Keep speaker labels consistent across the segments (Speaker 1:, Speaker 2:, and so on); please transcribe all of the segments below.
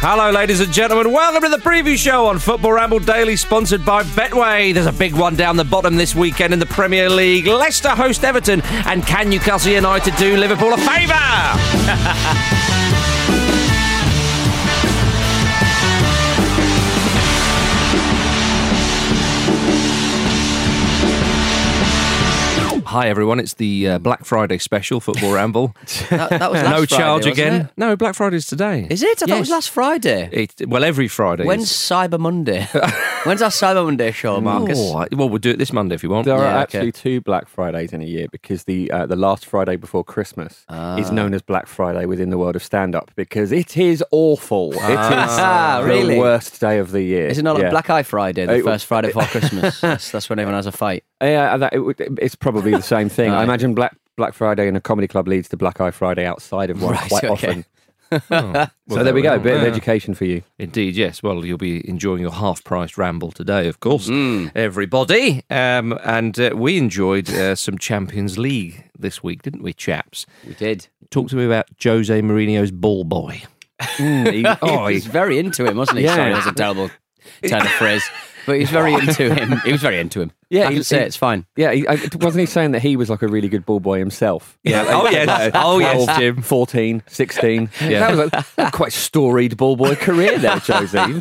Speaker 1: Hello, ladies and gentlemen. Welcome to the preview show on Football Ramble Daily, sponsored by Betway. There's a big one down the bottom this weekend in the Premier League. Leicester host Everton, and can Newcastle United do Liverpool a favour? Hi everyone, it's the uh, Black Friday special Football Ramble.
Speaker 2: That, that was last
Speaker 1: no
Speaker 2: Friday,
Speaker 1: charge
Speaker 2: wasn't
Speaker 1: again.
Speaker 2: it?
Speaker 1: No, Black Friday's today.
Speaker 2: Is it? I thought it was
Speaker 1: Yes.
Speaker 2: last Friday.
Speaker 1: It, well, every Friday.
Speaker 2: When's
Speaker 1: is.
Speaker 2: Cyber Monday? When's our Cyber Monday show, Marcus?
Speaker 1: All right. Oh, Well, we'll do it this Monday if you want.
Speaker 3: There
Speaker 2: Yeah,
Speaker 3: are
Speaker 2: okay.
Speaker 3: actually two Black Fridays in a year because the uh, the last Friday before Christmas is known as Black Friday within the world of stand up because it is awful. It is
Speaker 2: Ah,
Speaker 3: the
Speaker 2: really?
Speaker 3: worst day of the year.
Speaker 2: Is it not
Speaker 3: Yeah.
Speaker 2: like Black Eye Friday, the
Speaker 3: It-
Speaker 2: first Friday before Christmas? that's, that's when everyone has a fight.
Speaker 3: Yeah, that, it would- it's probably the same thing.
Speaker 2: Right.
Speaker 3: I imagine Black Black Friday in a comedy club leads to Black Eye Friday outside of one
Speaker 2: Right,
Speaker 3: quite
Speaker 2: okay.
Speaker 3: often.
Speaker 1: Well,
Speaker 3: so there we go. A bit
Speaker 1: Yeah.
Speaker 3: of education for you.
Speaker 1: Indeed, yes. Well, you'll be enjoying your half-priced ramble today, of course, everybody. Um, and uh, we enjoyed uh, some Champions League this week, didn't we, chaps?
Speaker 2: We did.
Speaker 1: Talk to me about Jose Mourinho's ball boy.
Speaker 2: He,
Speaker 1: Oh,
Speaker 2: he was
Speaker 1: he-
Speaker 2: very into him, wasn't he?
Speaker 3: Yeah.
Speaker 2: Sorry, that was a terrible turn of phrase. But he was very into him. He was very into him.
Speaker 3: Yeah,
Speaker 2: I
Speaker 3: he-
Speaker 2: can say
Speaker 3: he-
Speaker 2: it, it's fine.
Speaker 3: Yeah, he, I, wasn't he saying that he was like a really good ball boy himself?
Speaker 1: Yeah.
Speaker 3: You know,
Speaker 1: Oh, yes. Oh, yes, Jim.
Speaker 3: 14, 16.
Speaker 1: Yeah.
Speaker 3: That was a- a quite storied ball boy career there, Josie.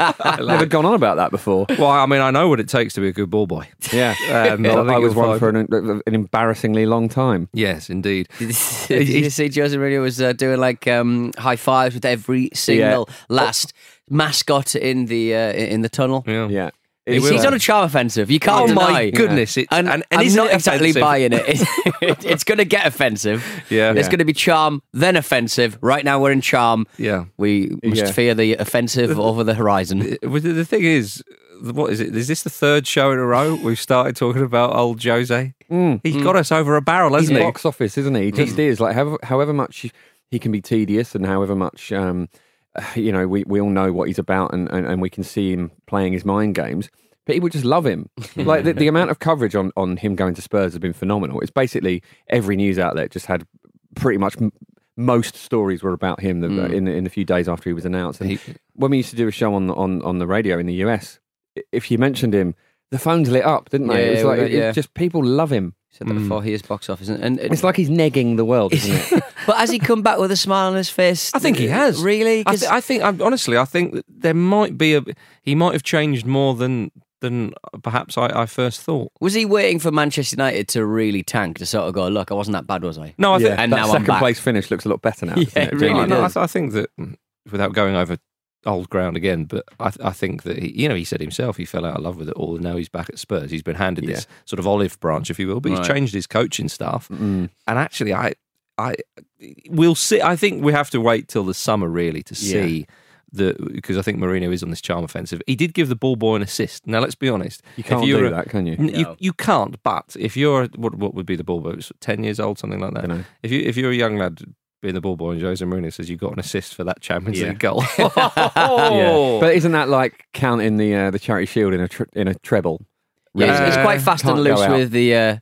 Speaker 3: Never gone on about that before.
Speaker 1: Well, I mean, I know what it takes to be a good ball boy.
Speaker 3: Yeah.
Speaker 1: Um, I
Speaker 3: I,
Speaker 1: think you'll
Speaker 3: was
Speaker 1: find-
Speaker 3: one for an, an embarrassingly long time.
Speaker 1: Yes, indeed.
Speaker 2: Did you see Jose Mourinho was uh, doing like um, high fives with every single last mascot in the uh, in the tunnel?
Speaker 1: Oh. Yeah.
Speaker 3: Yeah. uh,
Speaker 2: He's, he's on a charm offensive. You can't
Speaker 1: Oh
Speaker 2: deny.
Speaker 1: my goodness, it's-
Speaker 2: and,
Speaker 1: and- and
Speaker 2: I'm
Speaker 1: isn't
Speaker 2: not
Speaker 1: it
Speaker 2: exactly
Speaker 1: offensive?
Speaker 2: buying it. It- it's going to get offensive.
Speaker 1: Yeah.
Speaker 2: It's
Speaker 1: Yeah.
Speaker 2: going to be charm, then offensive. Right now we're in charm.
Speaker 1: Yeah.
Speaker 2: We must
Speaker 3: Yeah.
Speaker 2: fear the offensive over the horizon.
Speaker 1: Well, The the thing is, what is it? Is this the third show in a row we've started talking about old Jose? He's got us over a barrel,
Speaker 3: He's
Speaker 1: hasn't he?
Speaker 3: box office, isn't he? Hmm. He just is. Like, however, however much he can be tedious and however much, um, you know, we, we all know what he's about and, and, and we can see him playing his mind games. People just love him. like, the, the amount of coverage on, on him going to Spurs has been phenomenal. It's basically every news outlet just had pretty much. M- most stories were about him the, in, in the few days after Hmm. he was announced. And when we used to do a show on, on, on the radio in the US, i- if you mentioned him, the phones lit up, didn't they?
Speaker 2: Yeah,
Speaker 3: it was
Speaker 2: we
Speaker 3: like,
Speaker 2: were-
Speaker 3: it-
Speaker 2: yeah.
Speaker 3: just people love him.
Speaker 2: said
Speaker 1: Mm.
Speaker 2: that before. He is box office, and, and
Speaker 3: It's like he's negging the world, isn't it?
Speaker 2: but has he come back with a smile on his face? Uh,
Speaker 1: I think he has.
Speaker 2: Really?
Speaker 1: I, thi-
Speaker 2: 'Cause-
Speaker 1: I think. I, honestly, I think that there might be a. He might have changed more than than perhaps I, I first thought.
Speaker 2: was he waiting for Manchester United to really tank to sort of go, look, I wasn't that bad, was I?
Speaker 1: No, I
Speaker 3: yeah,
Speaker 1: think.
Speaker 2: And
Speaker 3: that
Speaker 2: now I'm
Speaker 3: second
Speaker 2: back.
Speaker 3: place finish looks a lot better now.
Speaker 2: Yeah,
Speaker 3: doesn't it?
Speaker 2: it
Speaker 3: Do you
Speaker 2: really
Speaker 1: I,
Speaker 3: like
Speaker 1: no,
Speaker 3: that?
Speaker 1: I,
Speaker 2: does.
Speaker 1: th- I think that mm, without going over old ground again, but I, th- I think that he, you know he said himself he fell out of love with it all, and now he's back at Spurs. He's been handed this sort of olive branch, if you will, but he's
Speaker 2: Right.
Speaker 1: changed his coaching staff, and actually, I, I, we'll see. I think we have to wait till the summer really to
Speaker 2: Yeah.
Speaker 1: see. The, because I think Mourinho is on this charm offensive. He did give the ball boy an assist. Now let's be honest.
Speaker 3: You
Speaker 1: If
Speaker 3: can't
Speaker 1: you're
Speaker 3: do
Speaker 1: a-
Speaker 3: that, can you?
Speaker 1: N- You, you can't. But if you're what what would be the ball boy? It's Ten years old, something like that.
Speaker 3: Dunno.
Speaker 1: If you if you're a young lad being the ball boy, and Jose Mourinho says you got an assist for that Champions
Speaker 2: Yeah.
Speaker 1: League goal. Oh.
Speaker 3: Yeah. But isn't that like counting the uh, the charity shield in a tr- in a treble?
Speaker 2: Yeah, it's- it's,
Speaker 1: Uh,
Speaker 2: quite fast and
Speaker 3: can't go
Speaker 2: loose
Speaker 3: out.
Speaker 2: with the uh,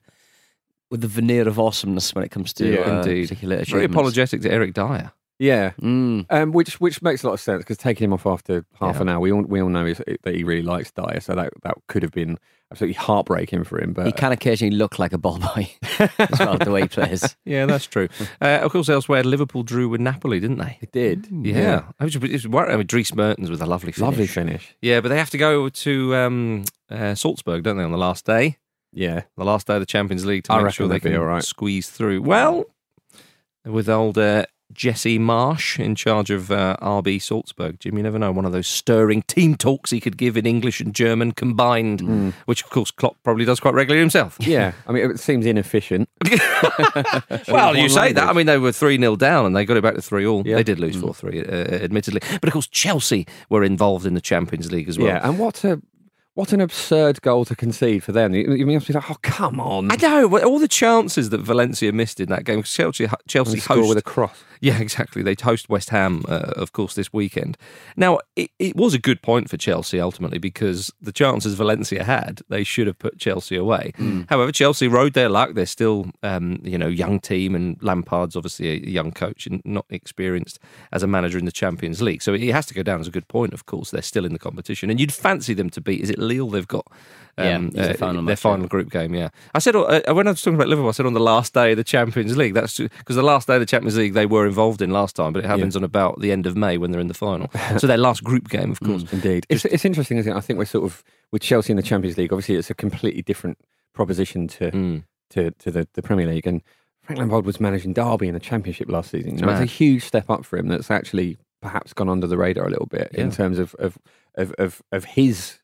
Speaker 2: with the veneer of awesomeness when it comes to
Speaker 3: Yeah,
Speaker 2: uh,
Speaker 1: indeed.
Speaker 2: particular
Speaker 1: It's very
Speaker 2: achievements.
Speaker 1: apologetic to Eric Dyer.
Speaker 3: Yeah,
Speaker 2: Mm.
Speaker 3: um, which which makes a lot of sense because taking him off after half
Speaker 1: Yeah.
Speaker 3: an hour, we all we all know is, that he really likes Dyer, so that that could have been absolutely heartbreaking for him. But
Speaker 2: He can occasionally look like a ball boy as well, the way he plays.
Speaker 1: Yeah, that's true. uh, of course, elsewhere, Liverpool drew with Napoli, didn't they?
Speaker 3: it did,
Speaker 2: Mm,
Speaker 1: Yeah, I was, it was wor- I mean, Dries Mertens with a lovely finish.
Speaker 3: lovely finish.
Speaker 1: Yeah, but they have to go to um, uh, Salzburg, don't they, on the last day?
Speaker 3: Yeah,
Speaker 1: the last day of the Champions League to
Speaker 3: I
Speaker 1: make
Speaker 3: reckon
Speaker 1: sure they
Speaker 3: they'll be
Speaker 1: can
Speaker 3: all right.
Speaker 1: squeeze through. Well, with old uh, Jesse Marsh in charge of uh, RB Salzburg, Jim, you never know. One of those stirring team talks he could give in English and German combined,
Speaker 3: Hmm.
Speaker 1: which of course Klopp probably does quite regularly himself.
Speaker 3: yeah. I mean, it seems inefficient.
Speaker 1: Well,
Speaker 3: One
Speaker 1: you say that. I
Speaker 3: language.
Speaker 1: mean, they were 3 0 down and they got it back to 3 all.
Speaker 3: Yeah. Hmm.
Speaker 1: They did lose 4 3, uh, admittedly. But of course, Chelsea were involved in the Champions League as well.
Speaker 3: Yeah, and what a what an absurd goal to concede for them. You, you must be like, oh come on,
Speaker 1: I know, but all the chances that Valencia missed in that game, 'cause Chelsea, Chelsea
Speaker 3: And score
Speaker 1: host-
Speaker 3: with a cross.
Speaker 1: Yeah, exactly. They host West Ham, uh, of course, this weekend. Now, it, it was a good point for Chelsea ultimately because the chances Valencia had, they should have put Chelsea away.
Speaker 2: Hmm.
Speaker 1: However, Chelsea rode their luck. They're still, um, you know, young team, and Lampard's obviously a young coach and not experienced as a manager in the Champions League. So it has to go down as a good point. Of course, they're still in the competition, and you'd fancy them to beat. Is it Lille they've got? um, uh,
Speaker 2: Yeah, it's the final
Speaker 1: their
Speaker 2: match, yeah.
Speaker 1: final group game. Yeah, I said uh, when I was talking about Liverpool, I said on the last day of the Champions League. That's because the last day of the Champions League they were involved in last time, but it happens on about the end of May when they're in the final. so their last group game, of
Speaker 3: Mm.
Speaker 1: course.
Speaker 3: Indeed, it's, it's interesting, isn't it? I think we're sort of with Chelsea in the Champions League. Obviously, it's a completely different proposition to
Speaker 1: Mm.
Speaker 3: to, to the, the Premier League. And Frank Lampard was managing Derby in the Championship last season. You know, It's
Speaker 1: mad.
Speaker 3: a huge step up for him. That's actually perhaps gone under the radar a little bit in
Speaker 1: Yeah.
Speaker 3: terms of of of of, of his.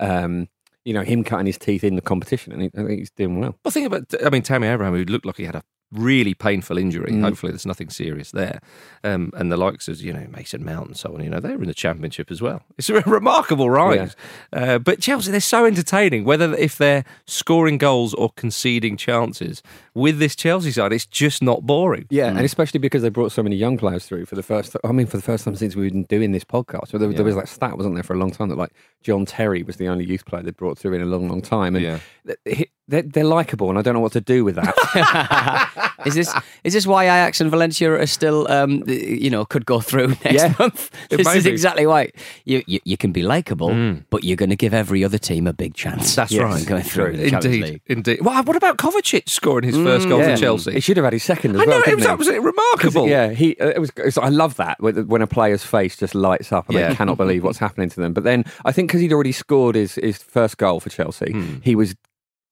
Speaker 3: Um, you know him cutting his teeth in the competition, and he, I think he's doing well.
Speaker 1: Well, think about, I mean, Tammy Abraham, who looked like he had a really painful injury.
Speaker 3: Mm.
Speaker 1: Hopefully, there's nothing serious there. Um, and the likes of, you know, Mason Mount and so on, you know, they're in the championship as well. It's a remarkable rise. Uh, but Chelsea, they're so entertaining, whether if they're scoring goals or conceding chances. With this Chelsea side, it's just not boring. Mm.
Speaker 3: Yeah, and especially because they brought so many young players through for the first. I mean, for the first time since we've been doing this podcast, so there, there was like stat wasn't there for a long time that like John Terry was the only youth player they brought through in a long, long time, and
Speaker 1: Yeah.
Speaker 3: th- he- they're, they're likable, and I don't know what to do with that.
Speaker 2: Is this is this why Ajax and Valencia are still um, you know could go through next
Speaker 3: Yeah.
Speaker 2: month?
Speaker 1: It
Speaker 2: This
Speaker 1: may
Speaker 2: is
Speaker 1: be.
Speaker 2: exactly why you you, you can be likable,
Speaker 3: Hmm.
Speaker 2: but you're going to give every other team a big chance.
Speaker 1: That's
Speaker 2: in
Speaker 1: right.
Speaker 2: going through the Champions
Speaker 1: Indeed,
Speaker 2: League.
Speaker 1: indeed. Well, what about Kovacic scoring his first goal
Speaker 3: Mm, Yeah.
Speaker 1: for Chelsea?
Speaker 3: He should have had his second as
Speaker 1: I know
Speaker 3: well.
Speaker 1: it
Speaker 3: couldn't
Speaker 1: was
Speaker 3: he?
Speaker 1: absolutely
Speaker 3: 'Cause it-
Speaker 1: remarkable.
Speaker 3: Yeah, he. uh, It was. it's- I love that when when a player's face just lights up and
Speaker 1: Yeah.
Speaker 3: they cannot believe what's happening to them. But then I think because he'd already scored his his first goal for Chelsea,
Speaker 1: Hmm.
Speaker 3: he was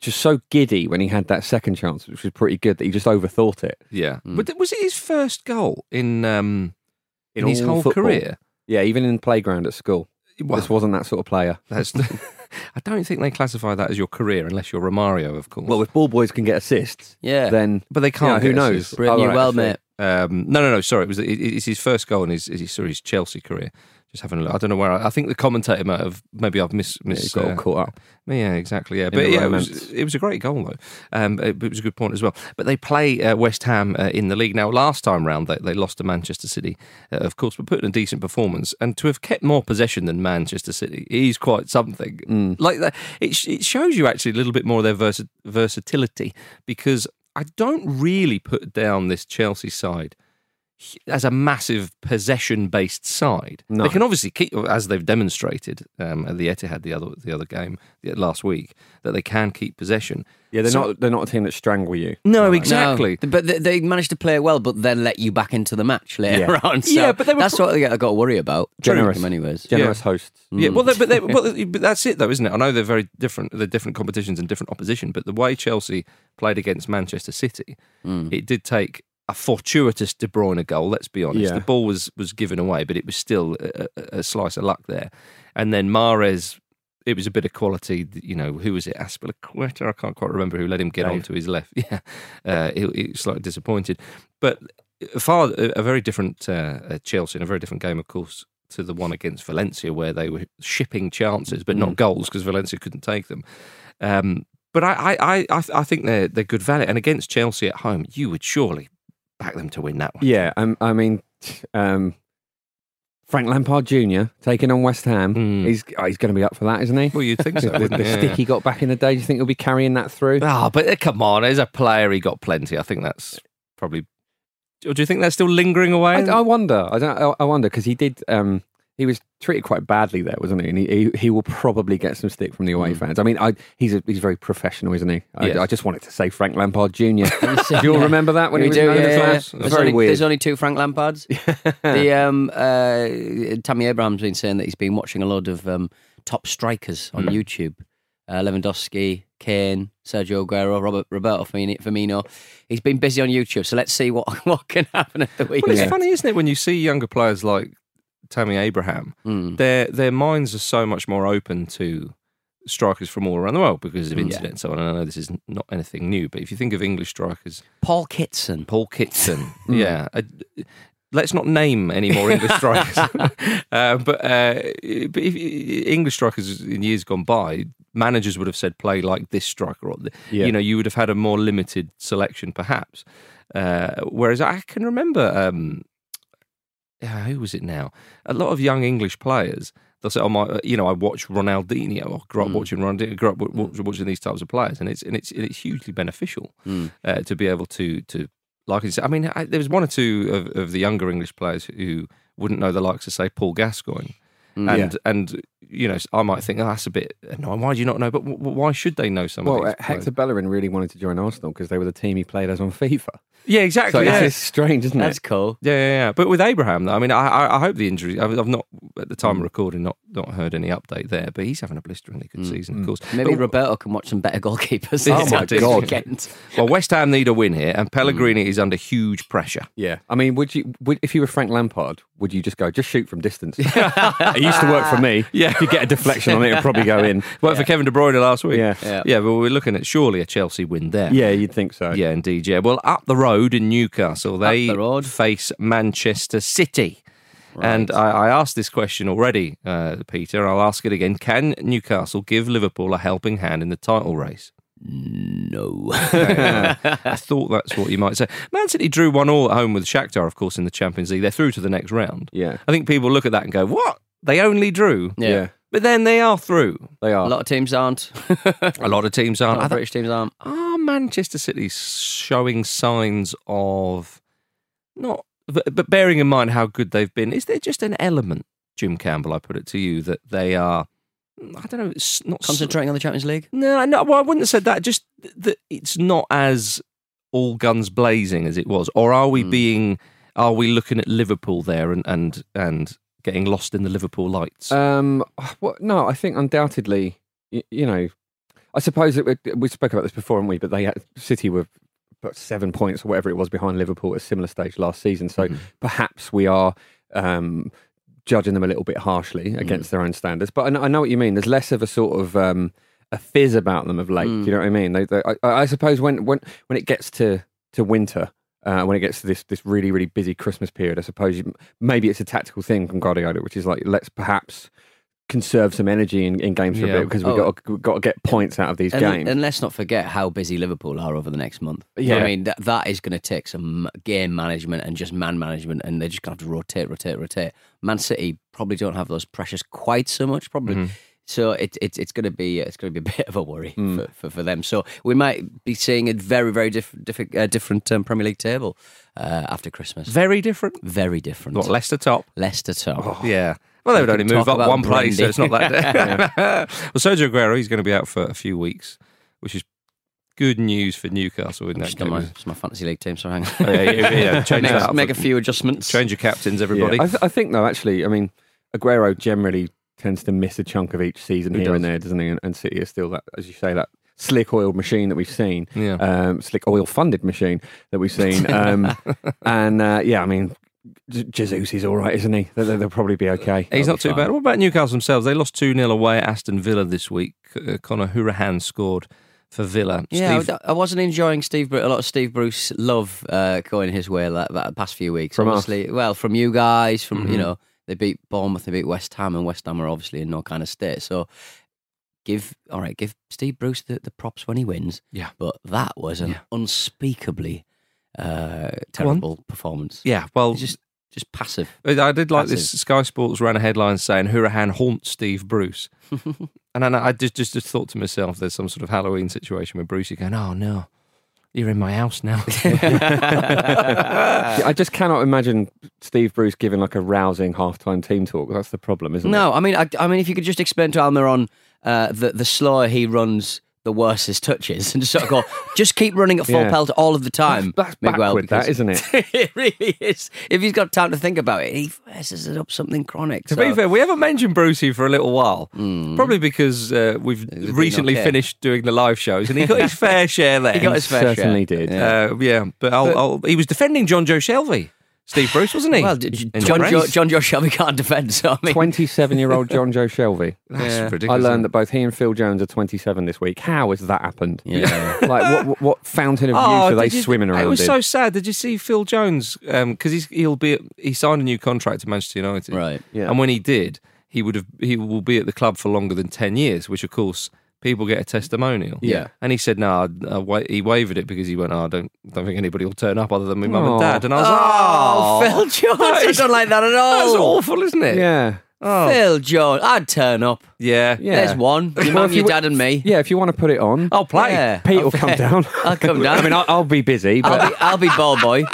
Speaker 3: just so giddy when he had that second chance, which was pretty good that he just overthought it.
Speaker 1: Yeah. Mm. But was it his first goal in um, in,
Speaker 3: In
Speaker 1: his
Speaker 3: all
Speaker 1: whole
Speaker 3: football.
Speaker 1: career?
Speaker 3: Yeah, even in the playground at school.
Speaker 1: Well,
Speaker 3: this wasn't that sort of player.
Speaker 1: that's, I don't think they classify that as your career unless you're Romario, of course.
Speaker 3: Well, if ball boys can get assists,
Speaker 2: Yeah.
Speaker 3: then
Speaker 1: but they can't.
Speaker 3: Yeah, who
Speaker 1: get
Speaker 3: knows?
Speaker 1: assists.
Speaker 2: Britain,
Speaker 3: All
Speaker 2: you
Speaker 3: right,
Speaker 2: well,
Speaker 3: I see.
Speaker 2: mate.
Speaker 1: Um, no, no, no. Sorry, it was it, it's his first goal in his, his sorry, his Chelsea career. Just having a look. I don't know where. I, I think the commentator might have maybe I've mis,
Speaker 3: he
Speaker 1: mis
Speaker 3: got all
Speaker 1: uh,
Speaker 3: caught up.
Speaker 1: Yeah, exactly. Yeah, but
Speaker 3: the
Speaker 1: yeah, it was,
Speaker 3: romance.
Speaker 1: it was a great goal though. Um, it, it was a good point as well. But they play uh, West Ham uh, in the league now. Last time round, they, they lost to Manchester City, uh, of course, but put in a decent performance. And to have kept more possession than Manchester City is quite something. Like that, it sh- it shows you actually a little bit more of their versi- versatility because I don't really put down this Chelsea side as a massive possession-based side.
Speaker 3: No.
Speaker 1: They can obviously keep, as they've demonstrated um, at the Etihad the other the other game the- last week, that they can keep possession.
Speaker 3: Yeah, they're
Speaker 1: So-
Speaker 3: not they're not a team that strangle you.
Speaker 1: No,
Speaker 2: No,
Speaker 1: exactly.
Speaker 2: but they, they managed to play it well, but then let you back into the match later
Speaker 3: Yeah.
Speaker 2: on. So
Speaker 1: Yeah, but they were
Speaker 2: that's
Speaker 1: pro-
Speaker 2: what I got to worry about.
Speaker 3: Generous.
Speaker 2: in many ways.
Speaker 3: Generous hosts.
Speaker 1: Yeah, well, they, but, they, well, but that's it though, isn't it? I know they're very different. They're different competitions and different opposition. But the way Chelsea played against Manchester City,
Speaker 3: Hmm.
Speaker 1: it did take a fortuitous De Bruyne goal. Let's be honest,
Speaker 3: Yeah.
Speaker 1: the ball was was given away, but it was still a, a a slice of luck there. And then Mares, it was a bit of quality. You know, who was it? Aspilicueta. I can't quite remember who let him get onto his left. Yeah, uh, he, he was slightly disappointed, but a far a a very different uh, uh, Chelsea and a very different game, of course, to the one against Valencia, where they were shipping chances but
Speaker 3: Mm.
Speaker 1: not goals because Valencia couldn't take them. Um, but I, I, I, I- I think they're they're good value, and against Chelsea at home, you would surely back them to win that one.
Speaker 3: Yeah, um, I mean, um, Frank Lampard Jr. taking on West Ham.
Speaker 1: Mm.
Speaker 3: He's oh, he's going to be up for that, isn't he?
Speaker 1: Well, you'd think so.
Speaker 3: the
Speaker 1: wouldn't
Speaker 3: the
Speaker 1: you?
Speaker 3: stick he got back in the day. Do you think he'll be carrying that through?
Speaker 1: Ah, but uh, come on, as a player, he got plenty. I think that's probably. Or do you think that's still lingering away?
Speaker 3: I, I wonder. I don't. I- I wonder because he did. Um, he was treated quite badly there, wasn't he? And he, he, he will probably get some stick from the
Speaker 2: Mm.
Speaker 3: away fans. I mean, I, he's a, he's very professional, isn't he? I,
Speaker 1: Yes.
Speaker 3: I just wanted to say Frank Lampard Jr. do you all remember that when
Speaker 2: we
Speaker 3: he was
Speaker 2: do,
Speaker 3: known
Speaker 2: yeah,
Speaker 3: as
Speaker 2: yeah,
Speaker 3: that?
Speaker 2: yeah.
Speaker 3: It's
Speaker 2: There's,
Speaker 3: Very
Speaker 2: only,
Speaker 3: weird.
Speaker 2: there's only two Frank Lampards. the um, uh, Tammy Abraham's been saying that he's been watching a lot of um, top strikers
Speaker 1: Hmm.
Speaker 2: on YouTube. Uh, Lewandowski, Kane, Sergio Aguero, Robert Roberto Firmino- Firmino. He's been busy on YouTube, so let's see what what can happen at the
Speaker 1: Well,
Speaker 2: weekend.
Speaker 1: it's funny, isn't it, when you see younger players like Tammy Abraham, their their minds are so much more open to strikers from all around the world because of internet and so on. And I know this is n- not anything new, but if you think of English strikers,
Speaker 2: Paul Kitson.
Speaker 1: Paul Kitson, yeah. uh, Let's not name any more English strikers, uh, but, uh, but if, English strikers in years gone by, managers would have said play like this striker, or th-
Speaker 3: Yeah.
Speaker 1: you know, you would have had a more limited selection perhaps. Uh, whereas I can remember um, yeah, who was it now? A lot of young English players. They'll say, "Oh my, you know, I watch Ronaldinho. I
Speaker 3: Hmm.
Speaker 1: grew up watching Ronaldinho. Grew up w- watch, watching these types of players, and it's and it's and it's hugely beneficial
Speaker 3: Hmm.
Speaker 1: uh, to be able to to like I said. I mean, I, there was one or two of, of the younger English players who wouldn't know the likes of say Paul Gascoigne,
Speaker 3: Hmm,
Speaker 1: and and you know, I might think, oh, that's a bit annoying. Why do you not know? But w- w- why should they know some of
Speaker 3: well,
Speaker 1: these
Speaker 3: uh, Hector
Speaker 1: players?
Speaker 3: Bellerin really wanted to join Arsenal because they were the team he played as on FIFA.
Speaker 1: Yeah,
Speaker 3: So
Speaker 1: exactly.
Speaker 3: it's
Speaker 1: yeah.
Speaker 3: just strange, isn't
Speaker 2: That's
Speaker 3: it?
Speaker 2: cool.
Speaker 1: Yeah, yeah, yeah. But with Abraham, though, I mean, I, I, I hope the injury. I've, I've not at the time of recording, not not heard any update there. But he's having a blisteringly good season, of course.
Speaker 2: Maybe
Speaker 1: But-
Speaker 2: Roberto can watch some better goalkeepers.
Speaker 1: Oh,
Speaker 2: this
Speaker 1: my God.
Speaker 2: Weekend.
Speaker 1: well, West Ham need a win here, and Pellegrini is under huge pressure.
Speaker 3: Yeah, I mean, would you would, if you were Frank Lampard, would you just go just shoot from distance? it used to work for me.
Speaker 1: Yeah.
Speaker 3: if you get a deflection on it, it'll probably go in.
Speaker 1: Worked for Kevin De Bruyne last week.
Speaker 3: Yeah.
Speaker 1: yeah,
Speaker 2: Yeah.
Speaker 1: But we're looking at surely a Chelsea win there.
Speaker 3: Yeah, you'd think so.
Speaker 1: Yeah, indeed. Yeah. Well, up the road in Newcastle, they
Speaker 2: the road.
Speaker 1: face Manchester City. And I, I asked this question already, uh, Peter, and I'll ask it again. Can Newcastle give Liverpool a helping hand in the title race?
Speaker 2: No.
Speaker 1: I thought that's what you might say. Man City drew one all at home with Shakhtar, of course, in the Champions League. They're through to the next round.
Speaker 3: Yeah.
Speaker 1: I think people look at that and go, "What? They only drew."
Speaker 2: Yeah.
Speaker 3: Yeah.
Speaker 1: But then they are through.
Speaker 3: They
Speaker 2: A
Speaker 3: are.
Speaker 2: lot of teams aren't.
Speaker 1: A lot of teams
Speaker 2: A
Speaker 1: aren't.
Speaker 2: lot
Speaker 1: I think-
Speaker 2: of British teams aren't.
Speaker 1: are Manchester City showing signs of not, but, but bearing in mind how good they've been, is there just an element, Jim Campbell? I put it to you that they are. I don't know. It's not
Speaker 2: Concentrating on the Champions League.
Speaker 1: No, no. Well, I wouldn't have said that. Just that it's not as all guns blazing as it was. Or are we being? Are we looking at Liverpool there and and and getting lost in the Liverpool lights?
Speaker 3: Um, what, no, I think undoubtedly, you, you know, I suppose that we, we spoke about this before, haven't we? But they had, City were put seven points or whatever it was behind Liverpool at a similar stage last season. So perhaps we are um, judging them a little bit
Speaker 2: Mm.
Speaker 3: harshly against their own standards. But I know, I know what you mean. There's less of a sort of um, a fizz about them of late.
Speaker 2: Mm.
Speaker 3: Do you know what I mean? They, they, I, I suppose when, when when it gets to to winter. Uh, when it gets to this this really really busy Christmas period, I suppose you, maybe it's a tactical thing from Guardiola, which is like let's perhaps conserve some energy in, in games for
Speaker 1: Yeah.
Speaker 3: a bit because we've
Speaker 2: Oh.
Speaker 3: got to, we've got to get points out of these
Speaker 2: And,
Speaker 3: games.
Speaker 2: and let's not forget how busy Liverpool are over the next month.
Speaker 3: Yeah.
Speaker 2: I mean, that, that is going to take some game management and just man management, and they're
Speaker 1: Mm-hmm.
Speaker 2: just going to have to rotate, rotate, rotate. Man City probably don't have those pressures quite so much. Probably So it, it, it's going to be uh, it's going to be a bit of a worry
Speaker 1: Mm.
Speaker 2: for, for, for them. So we might be seeing a very very diff, diff, uh, different um, Premier League table uh, after Christmas.
Speaker 1: Very different.
Speaker 2: very different.
Speaker 1: What Leicester Oh, top?
Speaker 2: Leicester top.
Speaker 1: Yeah. Well, they would
Speaker 2: Oh. We
Speaker 1: only
Speaker 2: can
Speaker 1: move
Speaker 2: talk
Speaker 1: up
Speaker 2: about
Speaker 1: one place, so
Speaker 2: Brendan.
Speaker 1: it's not that. well, Sergio Aguero, he's going to be out for a few weeks, which is good news for Newcastle in
Speaker 2: I'm
Speaker 1: that
Speaker 2: just on
Speaker 1: game.
Speaker 2: my, it's my fantasy league team, so hang on.
Speaker 1: Oh, yeah, yeah, yeah, change
Speaker 2: make,
Speaker 1: that up.
Speaker 2: make a few adjustments.
Speaker 1: Change your captains,
Speaker 3: Yeah.
Speaker 1: everybody.
Speaker 3: I, th- I think though, actually, I mean, Aguero generally tends to miss a chunk of each season
Speaker 1: He
Speaker 3: here and
Speaker 1: does.
Speaker 3: there, doesn't he? And, and City is still that, as you say, that slick oil machine that we've seen,
Speaker 1: Yeah.
Speaker 3: um, slick oil funded machine that we've seen. Um, and uh, yeah, I mean, J- Jesus is all right, isn't he? They- they- They'll probably be okay.
Speaker 1: He's
Speaker 2: That'll
Speaker 1: not
Speaker 2: be
Speaker 1: too
Speaker 2: fine.
Speaker 1: bad. What about Newcastle themselves? They lost 2 0 away at Aston Villa this week. Uh, Conor Hurahan scored for Villa.
Speaker 2: Yeah,
Speaker 1: Steve-
Speaker 2: I- I wasn't enjoying Steve Bruce, a lot of Steve Bruce love uh, going his way like that the past few weeks.
Speaker 3: From us.
Speaker 2: obviously, well, from you guys, from
Speaker 1: Mm-hmm.
Speaker 2: you know, they beat Bournemouth, they beat West Ham, and West Ham are obviously in no kind of state. So give all right, give Steve Bruce the, the props when he wins.
Speaker 1: Yeah.
Speaker 2: but that was an
Speaker 1: Yeah.
Speaker 2: unspeakably uh, terrible performance.
Speaker 1: yeah, well,
Speaker 2: It's just just passive.
Speaker 1: Uh, I did like this.
Speaker 2: Passive.
Speaker 1: Sky Sports ran a headline saying Hurahan haunts Steve Bruce, and I, I just, just just thought to myself, there's some sort of Halloween situation with Brucey going, "Oh no, you're in my house now."
Speaker 3: Uh, Yeah, I just cannot imagine Steve Bruce giving like a rousing halftime team talk. That's the problem, isn't it?
Speaker 2: No, I mean, I, I mean, if you could just explain to Almiron uh, that the slower he runs, the worse his touches, and just sort of go, just keep running at full
Speaker 3: Yeah.
Speaker 2: pelt all of the time,
Speaker 3: That's backward, that, isn't it?
Speaker 2: it really is. If he's got time to think about it, he messes it up something chronic.
Speaker 1: To
Speaker 2: so- Hmm.
Speaker 1: be fair, we haven't mentioned Brucey for a little while, probably because uh, we've
Speaker 2: been
Speaker 1: recently
Speaker 2: okay.
Speaker 1: finished doing the live shows, and he got his fair share there.
Speaker 2: he got his fair
Speaker 3: certainly
Speaker 2: share.
Speaker 3: did.
Speaker 1: Uh, yeah, but, I'll, I'll, he was defending John Joe Shelby, Steve Bruce, wasn't he?
Speaker 2: Well, d- d-
Speaker 1: In
Speaker 2: John,
Speaker 1: Japan.
Speaker 2: jo- John Josh Shelby can't defend, so I mean,
Speaker 3: 27 year old John Joe Shelby.
Speaker 1: That's
Speaker 3: I
Speaker 1: ridiculous.
Speaker 3: learned that both he and Phil Jones are 27 this week. How has that happened?
Speaker 2: Yeah. Oh,
Speaker 3: like, what, what fountain of youth are they
Speaker 1: Oh, did you-
Speaker 3: swimming around
Speaker 1: It was
Speaker 3: in?
Speaker 1: so sad. Did you see Phil Jones? Because he's he'll be at, he signed a new contract to Manchester United,
Speaker 2: Right.
Speaker 3: Yeah.
Speaker 1: And when he did, he would have he will be at the club for longer than ten years, which of course people get a testimonial.
Speaker 2: Yeah.
Speaker 1: And he said, "No, I, I, wa- he wavered it because he went, oh, I don't don't think anybody will turn up other than my mum and
Speaker 3: Aw.
Speaker 1: dad." And I was
Speaker 2: oh,
Speaker 1: like,
Speaker 2: Phil Jones,
Speaker 1: That
Speaker 2: I
Speaker 1: is-
Speaker 2: don't like that at all.
Speaker 1: That's awful, isn't it?
Speaker 3: yeah.
Speaker 2: Phil Jones, I'd turn up.
Speaker 1: yeah,
Speaker 3: Yeah.
Speaker 2: There's one. Your
Speaker 3: Well,
Speaker 2: mum,
Speaker 3: if you
Speaker 2: your
Speaker 3: w-
Speaker 2: dad, and me.
Speaker 3: Yeah, if you want to put it on,
Speaker 2: I'll play.
Speaker 3: Pete will come down.
Speaker 2: I'll come down.
Speaker 3: I mean, I'll, I'll be busy, but
Speaker 2: I'll be, I'll be ball boy.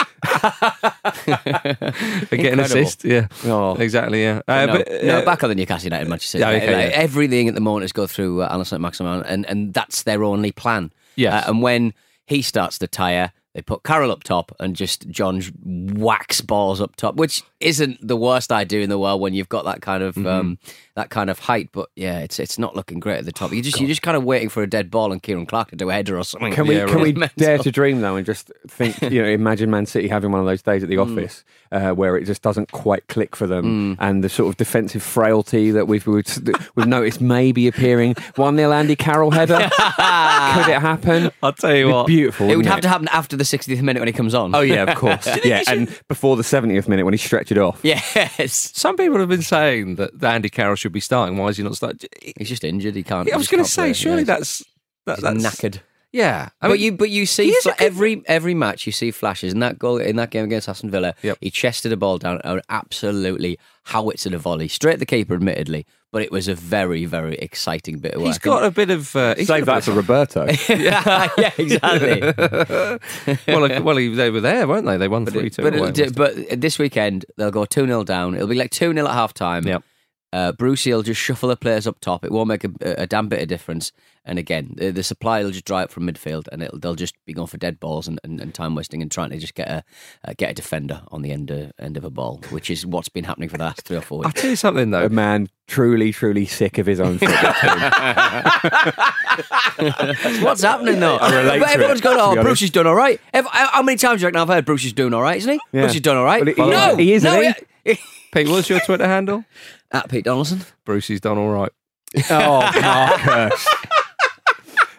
Speaker 1: For getting
Speaker 2: Incredible.
Speaker 1: assist. Yeah,
Speaker 2: Oh.
Speaker 1: exactly. Yeah, Uh,
Speaker 2: no,
Speaker 1: but,
Speaker 2: no,
Speaker 1: uh,
Speaker 2: back on the Newcastle United Manchester.
Speaker 1: Yeah,
Speaker 2: United.
Speaker 1: okay,
Speaker 2: Like,
Speaker 1: yeah.
Speaker 2: Everything at the moment has gone through uh, Alan St. Maximin, and, and that's their only plan.
Speaker 1: Yes.
Speaker 2: Uh, and when he starts to tire, they put Carroll up top and just John whacks balls up top, which isn't the worst idea in the world when you've got that kind
Speaker 1: Mm-hmm.
Speaker 2: of um, that kind of height. But yeah, it's it's not looking great at the
Speaker 1: Oh,
Speaker 2: top. You just you're just kind of waiting for a dead ball and Kieran Clark to do a header or something.
Speaker 3: can we,
Speaker 1: Yeah,
Speaker 3: can
Speaker 1: right.
Speaker 3: we
Speaker 2: Mental.
Speaker 3: dare to dream, though, and just think, you know, imagine Man City having one of those days at
Speaker 2: Mm.
Speaker 3: the office uh, where it just doesn't quite click for them and the sort of defensive frailty that we've, we've, we've noticed maybe appearing. 1 nil Andy Carroll header. Could it happen?
Speaker 2: Oh,
Speaker 1: I'll tell you
Speaker 3: It'd be
Speaker 1: what.
Speaker 3: beautiful.
Speaker 2: It would
Speaker 3: wouldn't
Speaker 2: have to happen after the 60th minute when he comes on.
Speaker 3: Oh yeah, of course. yeah, and before the seventieth minute when he stretched it off.
Speaker 2: yes.
Speaker 1: Some people have been saying that Andy Carroll should be starting. Why is he not starting?
Speaker 2: He's just injured. He can't.
Speaker 1: I was
Speaker 2: just
Speaker 1: going to
Speaker 2: can't
Speaker 1: say,
Speaker 2: play.
Speaker 1: surely
Speaker 2: Yeah,
Speaker 1: that's that,
Speaker 2: he's
Speaker 1: that's
Speaker 2: knackered.
Speaker 1: Yeah, I
Speaker 2: but you, but you
Speaker 1: he
Speaker 2: see
Speaker 1: is a
Speaker 2: fla-
Speaker 1: good-
Speaker 2: every every match you see flashes. In that goal, in that game against Aston Villa,
Speaker 1: Yep.
Speaker 2: he chested a ball down and absolutely howitzered a volley straight at the keeper, admittedly. But it was a very, very exciting bit of work.
Speaker 1: he's got a bit of uh, he's
Speaker 3: Save
Speaker 1: got a
Speaker 3: that to Roberto.
Speaker 2: yeah, yeah, exactly.
Speaker 1: bit- well, like, well, he- they were there, weren't they? They won three two.
Speaker 2: but, it- but this weekend they'll go two 0 down. It'll be like two 0 at half time.
Speaker 1: Yep.
Speaker 2: Uh, Brucey will just shuffle the players up top. It won't make a, a damn bit of difference. And again, the, the supply will just dry up from midfield, and it'll, they'll just be going for dead balls and, and, and time wasting and trying to just get a uh, get a defender on the end of, end of a ball, which is what's been happening for the last three or four
Speaker 1: I'll
Speaker 2: weeks.
Speaker 1: tell you something though.
Speaker 3: a man truly, truly sick of his own football team.
Speaker 2: what's happening though?
Speaker 3: I relate
Speaker 2: but
Speaker 3: to
Speaker 2: everyone's
Speaker 3: it,
Speaker 2: going,
Speaker 3: to be
Speaker 2: "Oh,
Speaker 3: honest."
Speaker 2: Brucey's done all right." Ev- how how many times do you reckon I've heard Brucey's doing all right? Isn't he?
Speaker 3: Yeah.
Speaker 2: Brucey's done all right.
Speaker 3: Well, he-
Speaker 2: no,
Speaker 3: he is,
Speaker 2: no,
Speaker 3: isn't
Speaker 2: he-
Speaker 1: Pete, what's your Twitter handle?
Speaker 2: at Pete Donaldson.
Speaker 1: Brucey's done all right.
Speaker 3: oh, Marcus.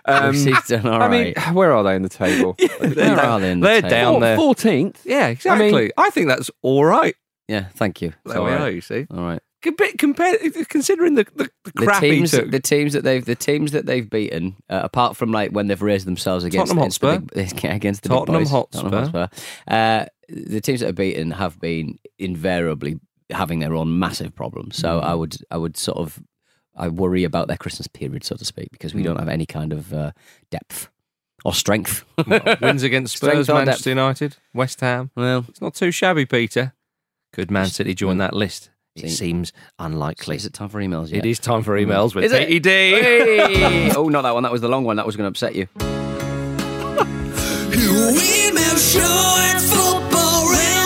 Speaker 3: Um,
Speaker 2: Brucey's done all
Speaker 3: I
Speaker 2: right.
Speaker 3: mean, where are they in the table?
Speaker 2: Where are they in the
Speaker 1: They're
Speaker 2: table?
Speaker 1: down there.
Speaker 3: Fourteenth.
Speaker 1: Yeah, exactly. I, think that's all right.
Speaker 2: Yeah, thank you. It's
Speaker 1: There
Speaker 2: all
Speaker 1: we
Speaker 2: right.
Speaker 1: are. You see,
Speaker 2: All right.
Speaker 1: Compa- compare- considering the the, the
Speaker 2: The
Speaker 1: crap
Speaker 2: teams,
Speaker 1: he took.
Speaker 2: the teams that they've, the teams that they've beaten, uh, apart from like when they've raised themselves against
Speaker 1: Tottenham
Speaker 2: against the big- against the big
Speaker 1: Tottenham
Speaker 2: boys,
Speaker 1: Hotspur.
Speaker 2: uh, the teams that have beaten
Speaker 1: Mm.
Speaker 2: have been invariably having their own massive problems. So I would, I would sort of I worry about their Christmas period, so to speak, because we don't
Speaker 1: Mm.
Speaker 2: have any kind of uh, depth or strength.
Speaker 1: Wins against
Speaker 2: Strength
Speaker 1: Spurs,
Speaker 2: or depth?
Speaker 1: Manchester United, West Ham.
Speaker 2: well,
Speaker 1: It's not too shabby, Peter. Could Man City join that list? It
Speaker 2: See.
Speaker 1: seems unlikely.
Speaker 2: is it time for emails? Yet?
Speaker 1: It is time for emails with
Speaker 2: Is it?
Speaker 1: Petey D.
Speaker 2: Hey! oh, not that one. That was the long one. That was going to upset you.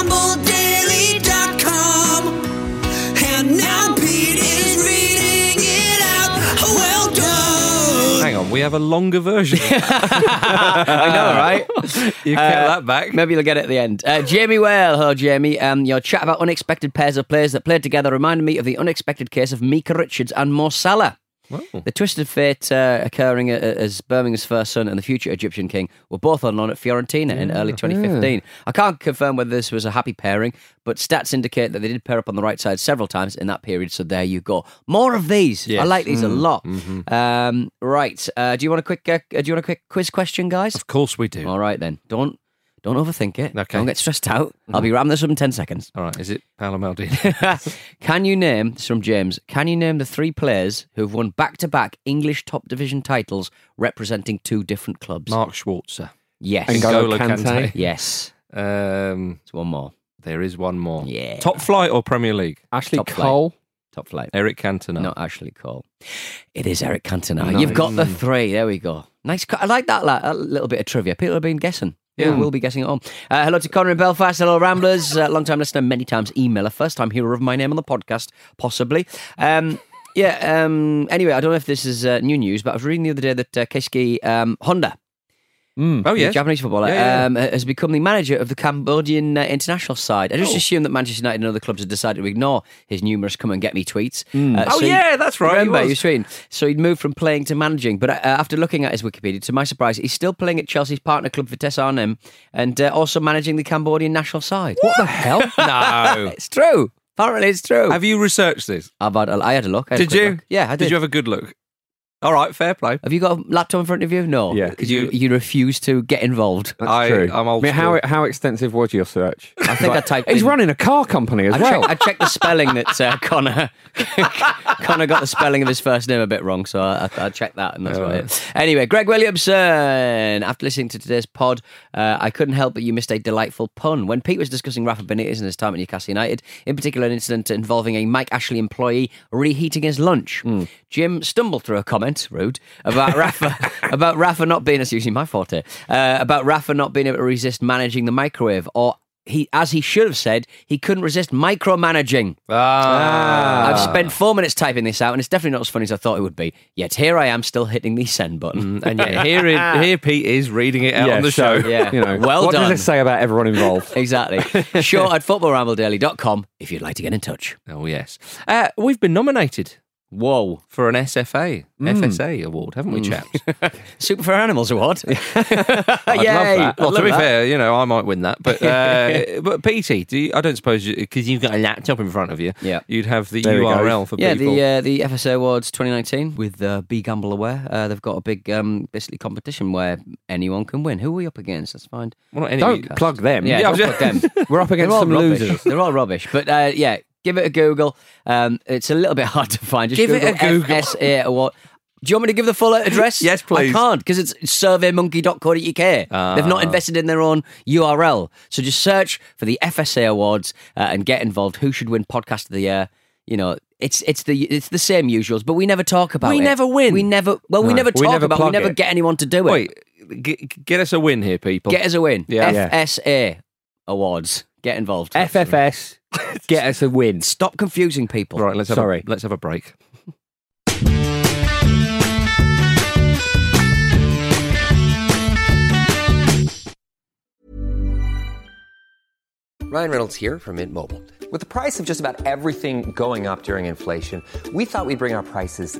Speaker 1: Hang on, we have a longer version.
Speaker 2: I know, right?
Speaker 1: Uh, You
Speaker 2: Uh,
Speaker 1: kept that back.
Speaker 2: Maybe you'll get it at the end. Uh, Jamie Whale. Hello, Jamie. Um, your chat about unexpected pairs of players that played together reminded me of the unexpected case of Mika Richards and Mo Salah. The twisted fate uh, occurring a- a- as Birmingham's first son and the future Egyptian king were both on loan at Fiorentina in early 2015. I can't confirm whether this was a happy pairing, but stats indicate that they did pair up on the right side several times in that period. So there you go. More of these. I
Speaker 1: Yes. Hmm. Mm-hmm.
Speaker 2: like these a lot. Um, right. Uh, do you want a quick? Uh, do you want a quick quiz question, guys?
Speaker 1: Of course we do.
Speaker 2: All right then. Don't don't overthink it.
Speaker 1: Okay. Mm-hmm.
Speaker 2: Don't get stressed out. I'll be wrapping this up in ten seconds.
Speaker 1: All right, is it Paolo Maldini?
Speaker 2: Can you name this is from James? Can you name the three players who've won back to back English top division titles representing two different clubs?
Speaker 1: Mark Schwarzer.
Speaker 2: Yes.
Speaker 3: And go- N'Golo Kante.
Speaker 2: Yes.
Speaker 1: Um,
Speaker 2: It's one more.
Speaker 1: there is one more.
Speaker 2: Yeah.
Speaker 1: Top flight or Premier League?
Speaker 3: Ashley
Speaker 2: Top flight.
Speaker 3: Cole.
Speaker 2: Top flight.
Speaker 1: Eric Cantona. Uh,
Speaker 2: Not Ashley Cole. It is Eric Cantona.
Speaker 3: Nice.
Speaker 2: You've got the three. There we go. Nice. co- I like that, like, a little bit of trivia. People have been guessing. Yeah. We'll be guessing at home. Uh, hello to Connor in Belfast. Hello, Ramblers. Uh, long time listener, many times emailer. First time hearer of my name on the podcast, possibly. Um, yeah. Um, anyway, I don't know if this is uh, new news, but I was reading the other day that uh, Keisuke um, Honda,
Speaker 1: oh,
Speaker 2: the
Speaker 1: yes.
Speaker 2: Japanese footballer,
Speaker 1: Yeah, yeah.
Speaker 2: Um, has become the manager of the Cambodian uh, international side. I just
Speaker 1: Oh.
Speaker 2: assume that Manchester United and other clubs have decided to ignore his numerous come and get me tweets. Uh,
Speaker 1: Oh,
Speaker 2: so he-
Speaker 1: yeah, that's right. he
Speaker 2: Remember, he
Speaker 1: was.
Speaker 2: was tweeting. So he'd moved from playing to managing. But uh, after looking at his Wikipedia, to my surprise, he's still playing at Chelsea's partner club Vitesse Arnhem and uh, also managing the Cambodian national side. What the hell?
Speaker 1: no.
Speaker 2: It's true. Apparently, it's true.
Speaker 1: Have you researched this?
Speaker 2: I've had a, I had a look. I had a
Speaker 1: Did
Speaker 2: quick
Speaker 1: you?
Speaker 2: look. Yeah, I did.
Speaker 1: Did you have a good look? All right, fair play.
Speaker 2: Have you got a laptop in front of you? No.
Speaker 3: Yeah.
Speaker 2: Because you, you refuse to get involved.
Speaker 3: That's
Speaker 1: I-
Speaker 3: true.
Speaker 1: I'm old
Speaker 3: I mean, how
Speaker 1: school.
Speaker 3: how extensive was your search?
Speaker 2: I think I typed
Speaker 3: He's
Speaker 2: in-
Speaker 3: running a car company as
Speaker 2: I
Speaker 3: well.
Speaker 2: checked, I checked the spelling that uh, Connor Connor got the spelling of his first name a bit wrong, so I, I, I checked that, and that's about it. Anyway, Greg Williamson. After listening to today's pod, uh, I couldn't help but you missed a delightful pun when Pete was discussing Rafa Benitez and his time at Newcastle United, in particular an incident involving a Mike Ashley employee reheating his lunch. Jim stumbled through a comment, rude, about Rafa about Rafa not being. It's usually my forte. Uh, about Rafa not being able to resist managing the microwave or. He, as he should have said, he couldn't resist micromanaging.
Speaker 1: Ah.
Speaker 2: I've spent four minutes typing this out, and it's definitely not as funny as I thought it would be. Yet here I am, still hitting the send button.
Speaker 1: Mm, And yeah, here, it, here Pete is reading it out
Speaker 3: yeah,
Speaker 1: on the
Speaker 3: so,
Speaker 1: show.
Speaker 2: Yeah.
Speaker 3: You know,
Speaker 2: Well
Speaker 3: what
Speaker 2: done.
Speaker 3: does it say about everyone involved?
Speaker 2: exactly. Short at footballrambledaily.com if you'd like to get in touch.
Speaker 1: Oh, yes. Uh, we've been nominated
Speaker 2: Whoa. Mm.
Speaker 1: for an SFA, FSA award, haven't we, chaps?
Speaker 2: Super for Animals Award. Yay.
Speaker 1: that. Well,
Speaker 2: I'd
Speaker 1: to
Speaker 2: love
Speaker 1: be
Speaker 2: that.
Speaker 1: fair, you know, I might win that, but uh, but PT, do you, I don't suppose because you, have got a laptop in front of you,
Speaker 2: Yeah.
Speaker 1: you'd have the
Speaker 3: There we go.
Speaker 1: URL for
Speaker 2: Yeah,
Speaker 1: people.
Speaker 2: the uh, the FSA Awards 2019 with uh, Be Gamble Aware. Uh, they've got a big, um, basically, competition where anyone can win. Who are we up against? Let's find.
Speaker 1: well, not any,
Speaker 3: Don't plug them.
Speaker 2: Yeah,
Speaker 1: Yeah,
Speaker 2: don't
Speaker 1: I
Speaker 2: put
Speaker 1: was-
Speaker 2: them.
Speaker 3: We're up
Speaker 2: They're
Speaker 3: against
Speaker 2: all
Speaker 3: some
Speaker 2: rubbish.
Speaker 3: losers.
Speaker 2: They're all rubbish. But uh, yeah, give it a Google. Um, it's a little bit hard to find. Just
Speaker 1: Give it a Google.
Speaker 2: FSA award. Do you want me to give the full address?
Speaker 1: Yes, please. Ah.
Speaker 2: I can't because it's surveymonkey.co.uk. They've not invested in their own URL. So just search for the FSA Awards uh, and get involved. Who should win podcast of the year? You know, it's it's the it's the same usuals, but we never talk about
Speaker 1: We
Speaker 2: it.
Speaker 1: never win.
Speaker 2: We never well, we
Speaker 3: No.
Speaker 2: never
Speaker 3: We
Speaker 2: talk
Speaker 3: never
Speaker 2: about. it. We
Speaker 3: plug
Speaker 2: never
Speaker 3: it.
Speaker 2: get anyone to do it.
Speaker 1: Wait, g- get us a win here, people.
Speaker 2: Get us a win.
Speaker 1: Yeah.
Speaker 3: Yeah.
Speaker 2: FSA Awards. Get involved.
Speaker 3: FFS, get us a win.
Speaker 2: Stop confusing people.
Speaker 1: right, let's have
Speaker 3: Sorry.
Speaker 1: A, let's have a break.
Speaker 4: Ryan Reynolds here from Mint Mobile. With the price of just about everything going up during inflation, we thought we'd bring our prices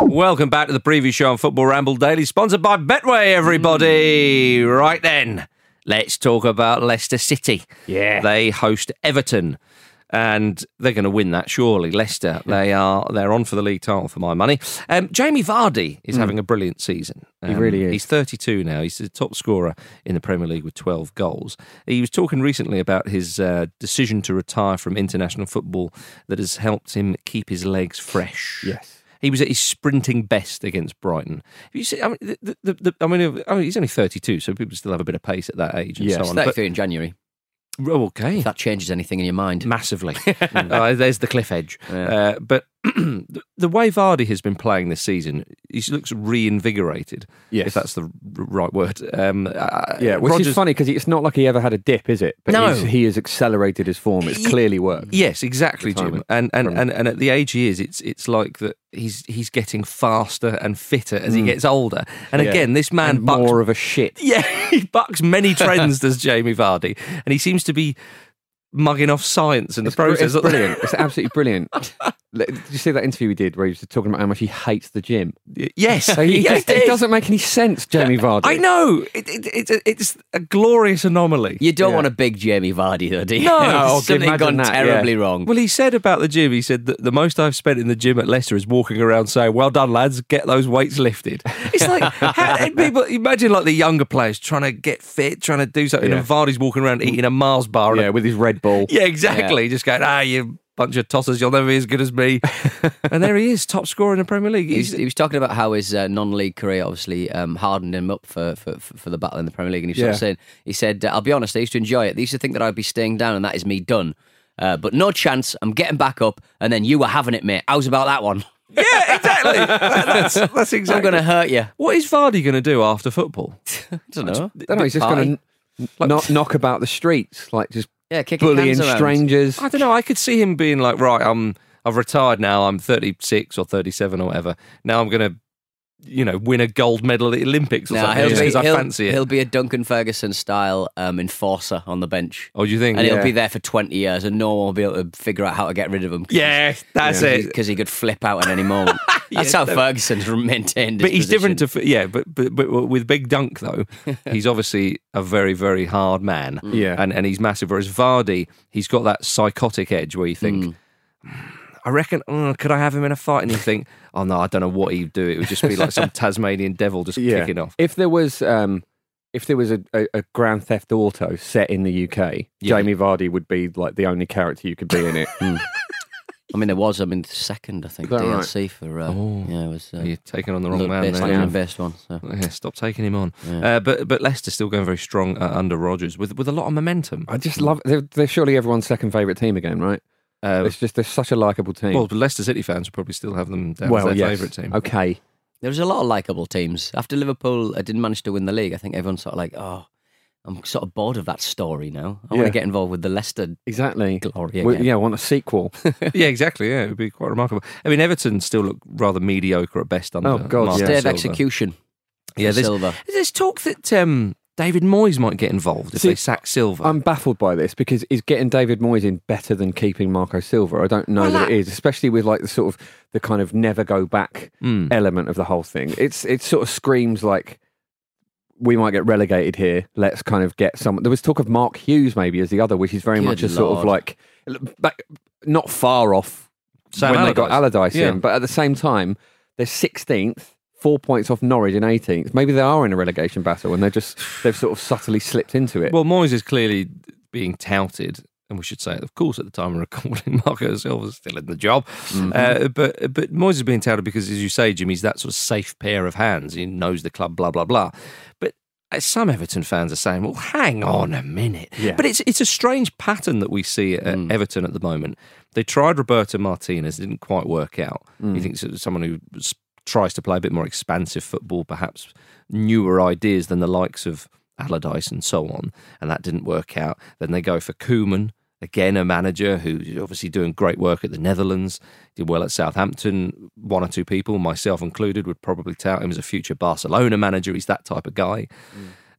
Speaker 1: Welcome back to the preview show on Football Ramble Daily, sponsored by Betway, everybody.
Speaker 5: Hmm.
Speaker 1: Right then, let's talk about Leicester City. Yeah. They host Everton. And they're going to win that, surely. Leicester, they are they're on for the league title for my money. Um, Jamie Vardy is
Speaker 5: Mm.
Speaker 1: having a brilliant season. Um,
Speaker 5: He really is.
Speaker 1: He's 32 now. He's the top scorer in the Premier League with 12 goals. He was talking recently about his uh, decision to retire from international football that has helped him keep his legs fresh. Yes. He was at his sprinting best against Brighton. Have you see, I mean, the, the, the, I mean, oh, he's only thirty-two, so people still have a bit of pace at that age and
Speaker 2: Yes.
Speaker 1: so on.
Speaker 2: 33
Speaker 1: in January. okay. If
Speaker 2: that changes anything in your mind.
Speaker 1: Massively. Uh, there's the cliff edge. Uh, but the, the way Vardy has been playing this season, he looks reinvigorated. Yes. If that's the r- right word. Um, uh,
Speaker 3: Yeah, which
Speaker 1: Rodgers-
Speaker 3: is funny because it's not like he ever had a dip, is it? But
Speaker 1: No.
Speaker 3: he's- he has accelerated his form. It's
Speaker 1: Ye-
Speaker 3: clearly worked.
Speaker 1: Yes, exactly, Jim.
Speaker 3: Retirement.
Speaker 1: And and, and and at the age he is, it's it's like that he's he's getting faster and fitter as he
Speaker 3: Mm.
Speaker 1: gets older. And
Speaker 3: Yeah.
Speaker 1: again, this man bucks, more of a shit. Yeah, he bucks many trends, does Jamie Vardy, and he seems to be mugging off science in the
Speaker 3: Br-
Speaker 1: process.
Speaker 3: It's brilliant. It's absolutely brilliant. Like, Did you see that interview we did where he was talking about how much he hates the gym?
Speaker 1: yes.
Speaker 3: So he
Speaker 1: Yes,
Speaker 3: just-
Speaker 1: it
Speaker 3: it
Speaker 1: is.
Speaker 3: doesn't make any sense, Jamie Vardy.
Speaker 1: I know it, it, it's a- it's a glorious anomaly.
Speaker 2: You don't
Speaker 1: Yeah.
Speaker 2: want a big Jamie Vardy, though, do you?
Speaker 1: No,
Speaker 2: something gone terribly wrong.
Speaker 1: Well, he said about the gym, he said that the most I've spent in the gym at Leicester is walking around saying, "Well done, lads, get those weights lifted." It's like how, and people imagine like the younger players trying to get fit, trying to do something,
Speaker 3: Yeah.
Speaker 1: and Vardy's walking around eating a Mars bar. and a-
Speaker 3: Yeah, with his Red Bull.
Speaker 1: yeah, exactly. Just going, ah, you bunch of tossers, you'll never be as good as me. and there he is, top scorer in the Premier League.
Speaker 2: He
Speaker 1: He's-
Speaker 2: was, he was talking about how his uh, non-league career obviously um, hardened him up for, for for for the battle in the Premier League, and he was sort of
Speaker 1: Yeah.
Speaker 2: saying, he said, uh, "I'll be honest, I used to enjoy it. They used to think that I'd be staying down, and that is me done. Uh, but no chance. I'm getting back up, and then you were having it, mate. How's about that one?
Speaker 1: that's, that's exactly.
Speaker 2: I'm going to hurt you.
Speaker 1: What is Vardy going to do after football? I
Speaker 2: don't know.
Speaker 3: I don't know. He's just going to knock, knock about the streets, like just
Speaker 2: yeah,
Speaker 3: bullying strangers.
Speaker 1: I don't know. I could see him being like, right, I'm I've retired now. I'm 36 or 37 or whatever. Now I'm gonna, you know, win a gold medal at the Olympics or
Speaker 2: Nah,
Speaker 1: something
Speaker 2: he'll
Speaker 1: just
Speaker 2: be-
Speaker 1: because I
Speaker 2: he'll-
Speaker 1: fancy it.
Speaker 2: He'll be a Duncan Ferguson style um, enforcer on the bench.
Speaker 1: Oh, do you think?
Speaker 2: And
Speaker 1: Yeah.
Speaker 2: he'll be there for twenty years, and no one will be able to figure out how to get rid of him.
Speaker 1: Yeah, that's it.
Speaker 2: Because he could flip out at any moment. That's
Speaker 1: Yeah,
Speaker 2: how
Speaker 1: that-
Speaker 2: Ferguson's maintained. His
Speaker 1: but he's
Speaker 2: position.
Speaker 1: different to yeah. But, but but with Big Dunk though, he's obviously a very very hard man.
Speaker 2: Mm.
Speaker 3: Yeah.
Speaker 1: and and he's massive. Whereas Vardy, he's got that psychotic edge where you think.
Speaker 2: Mm.
Speaker 1: "Hmm, I reckon, mm, could I have him in a fight? And you think, oh no, I don't know what he'd do. It would just be like some Tasmanian devil just kicking off.
Speaker 3: If there was, um, if there was a, a, a Grand Theft Auto set in the UK,
Speaker 2: Yeah.
Speaker 3: Jamie Vardy would be like the only character you could be in it.
Speaker 2: I mean, there was. I mean, the second, I think,
Speaker 3: Is that right?
Speaker 2: DLC for. Uh, yeah, it was. Uh,
Speaker 1: You're taking on the wrong
Speaker 2: Lord
Speaker 1: man.
Speaker 2: Best,
Speaker 1: there.
Speaker 2: Lord Best one. So.
Speaker 1: Yeah, stop taking him on.
Speaker 2: Yeah.
Speaker 1: Uh, but but Leicester still going very strong uh, under Rodgers with with a lot of momentum.
Speaker 3: I just love. They're, they're surely everyone's second favourite team again, right?
Speaker 1: Uh,
Speaker 3: it's just they're such a likable team.
Speaker 1: Well, but Leicester City fans will probably still have them down
Speaker 3: Well,
Speaker 1: as their
Speaker 3: yes.
Speaker 1: favourite team.
Speaker 3: Okay.
Speaker 2: There's a lot of likable teams. After Liverpool uh, didn't manage to win the league, I think everyone's sort of like, oh, I'm sort of bored of that story now. I want
Speaker 3: Yeah.
Speaker 2: to get involved with the Leicester
Speaker 3: exactly
Speaker 2: glory
Speaker 3: We-
Speaker 2: again.
Speaker 3: yeah, I want a sequel.
Speaker 1: yeah, exactly. Yeah, it would be quite remarkable. I mean, Everton still look rather mediocre at best under.
Speaker 3: Oh, God,
Speaker 1: Martin
Speaker 3: yeah.
Speaker 2: Stay of
Speaker 1: Silva.
Speaker 2: execution.
Speaker 1: Yeah,
Speaker 2: for
Speaker 1: there's,
Speaker 2: Silva.
Speaker 1: there's talk that um, David Moyes might get involved if
Speaker 3: See, uh,
Speaker 1: they sack Silva.
Speaker 3: I'm baffled by this because is getting David Moyes in better than keeping Marco Silva? I don't know
Speaker 1: Well,
Speaker 3: that
Speaker 1: that-
Speaker 3: it is, especially with like the sort of the kind of never go back
Speaker 1: Mm.
Speaker 3: element of the whole thing. It's it sort of screams like we might get relegated here. Let's kind of get some. There was talk of Mark Hughes maybe as the other, which is very
Speaker 2: Good
Speaker 3: much a sort of
Speaker 2: Lord.
Speaker 3: like, back, not far off
Speaker 1: Sam
Speaker 3: when they got
Speaker 1: Allardyce.
Speaker 3: Allardyce
Speaker 1: Yeah.
Speaker 3: in. But at the same time, they're sixteenth, four points off Norwich in eighteenth. Maybe they are in a relegation battle, and they're just they've sort of subtly slipped into it.
Speaker 1: Well, Moyes is clearly being touted, and we should say, it, of course, at the time of recording, Marco Silva's still in the job. Uh, but but Moyes is being touted because, as you say, Jim, he's that sort of safe pair of hands. He knows the club, blah blah blah. But uh, some Everton fans are saying, "Well, hang on a minute."
Speaker 6: Yeah.
Speaker 1: But it's it's a strange pattern that we see at Everton at the moment. They tried Roberto Martinez, didn't quite work out. You think so- someone who s- tries to play a bit more expansive football, perhaps newer ideas than the likes of Allardyce and so on, and that didn't work out. Then they go for Koeman, again a manager who's obviously doing great work at the Netherlands, did well at Southampton. One or two people, myself included, would probably tout him as a future Barcelona manager. He's that type of guy.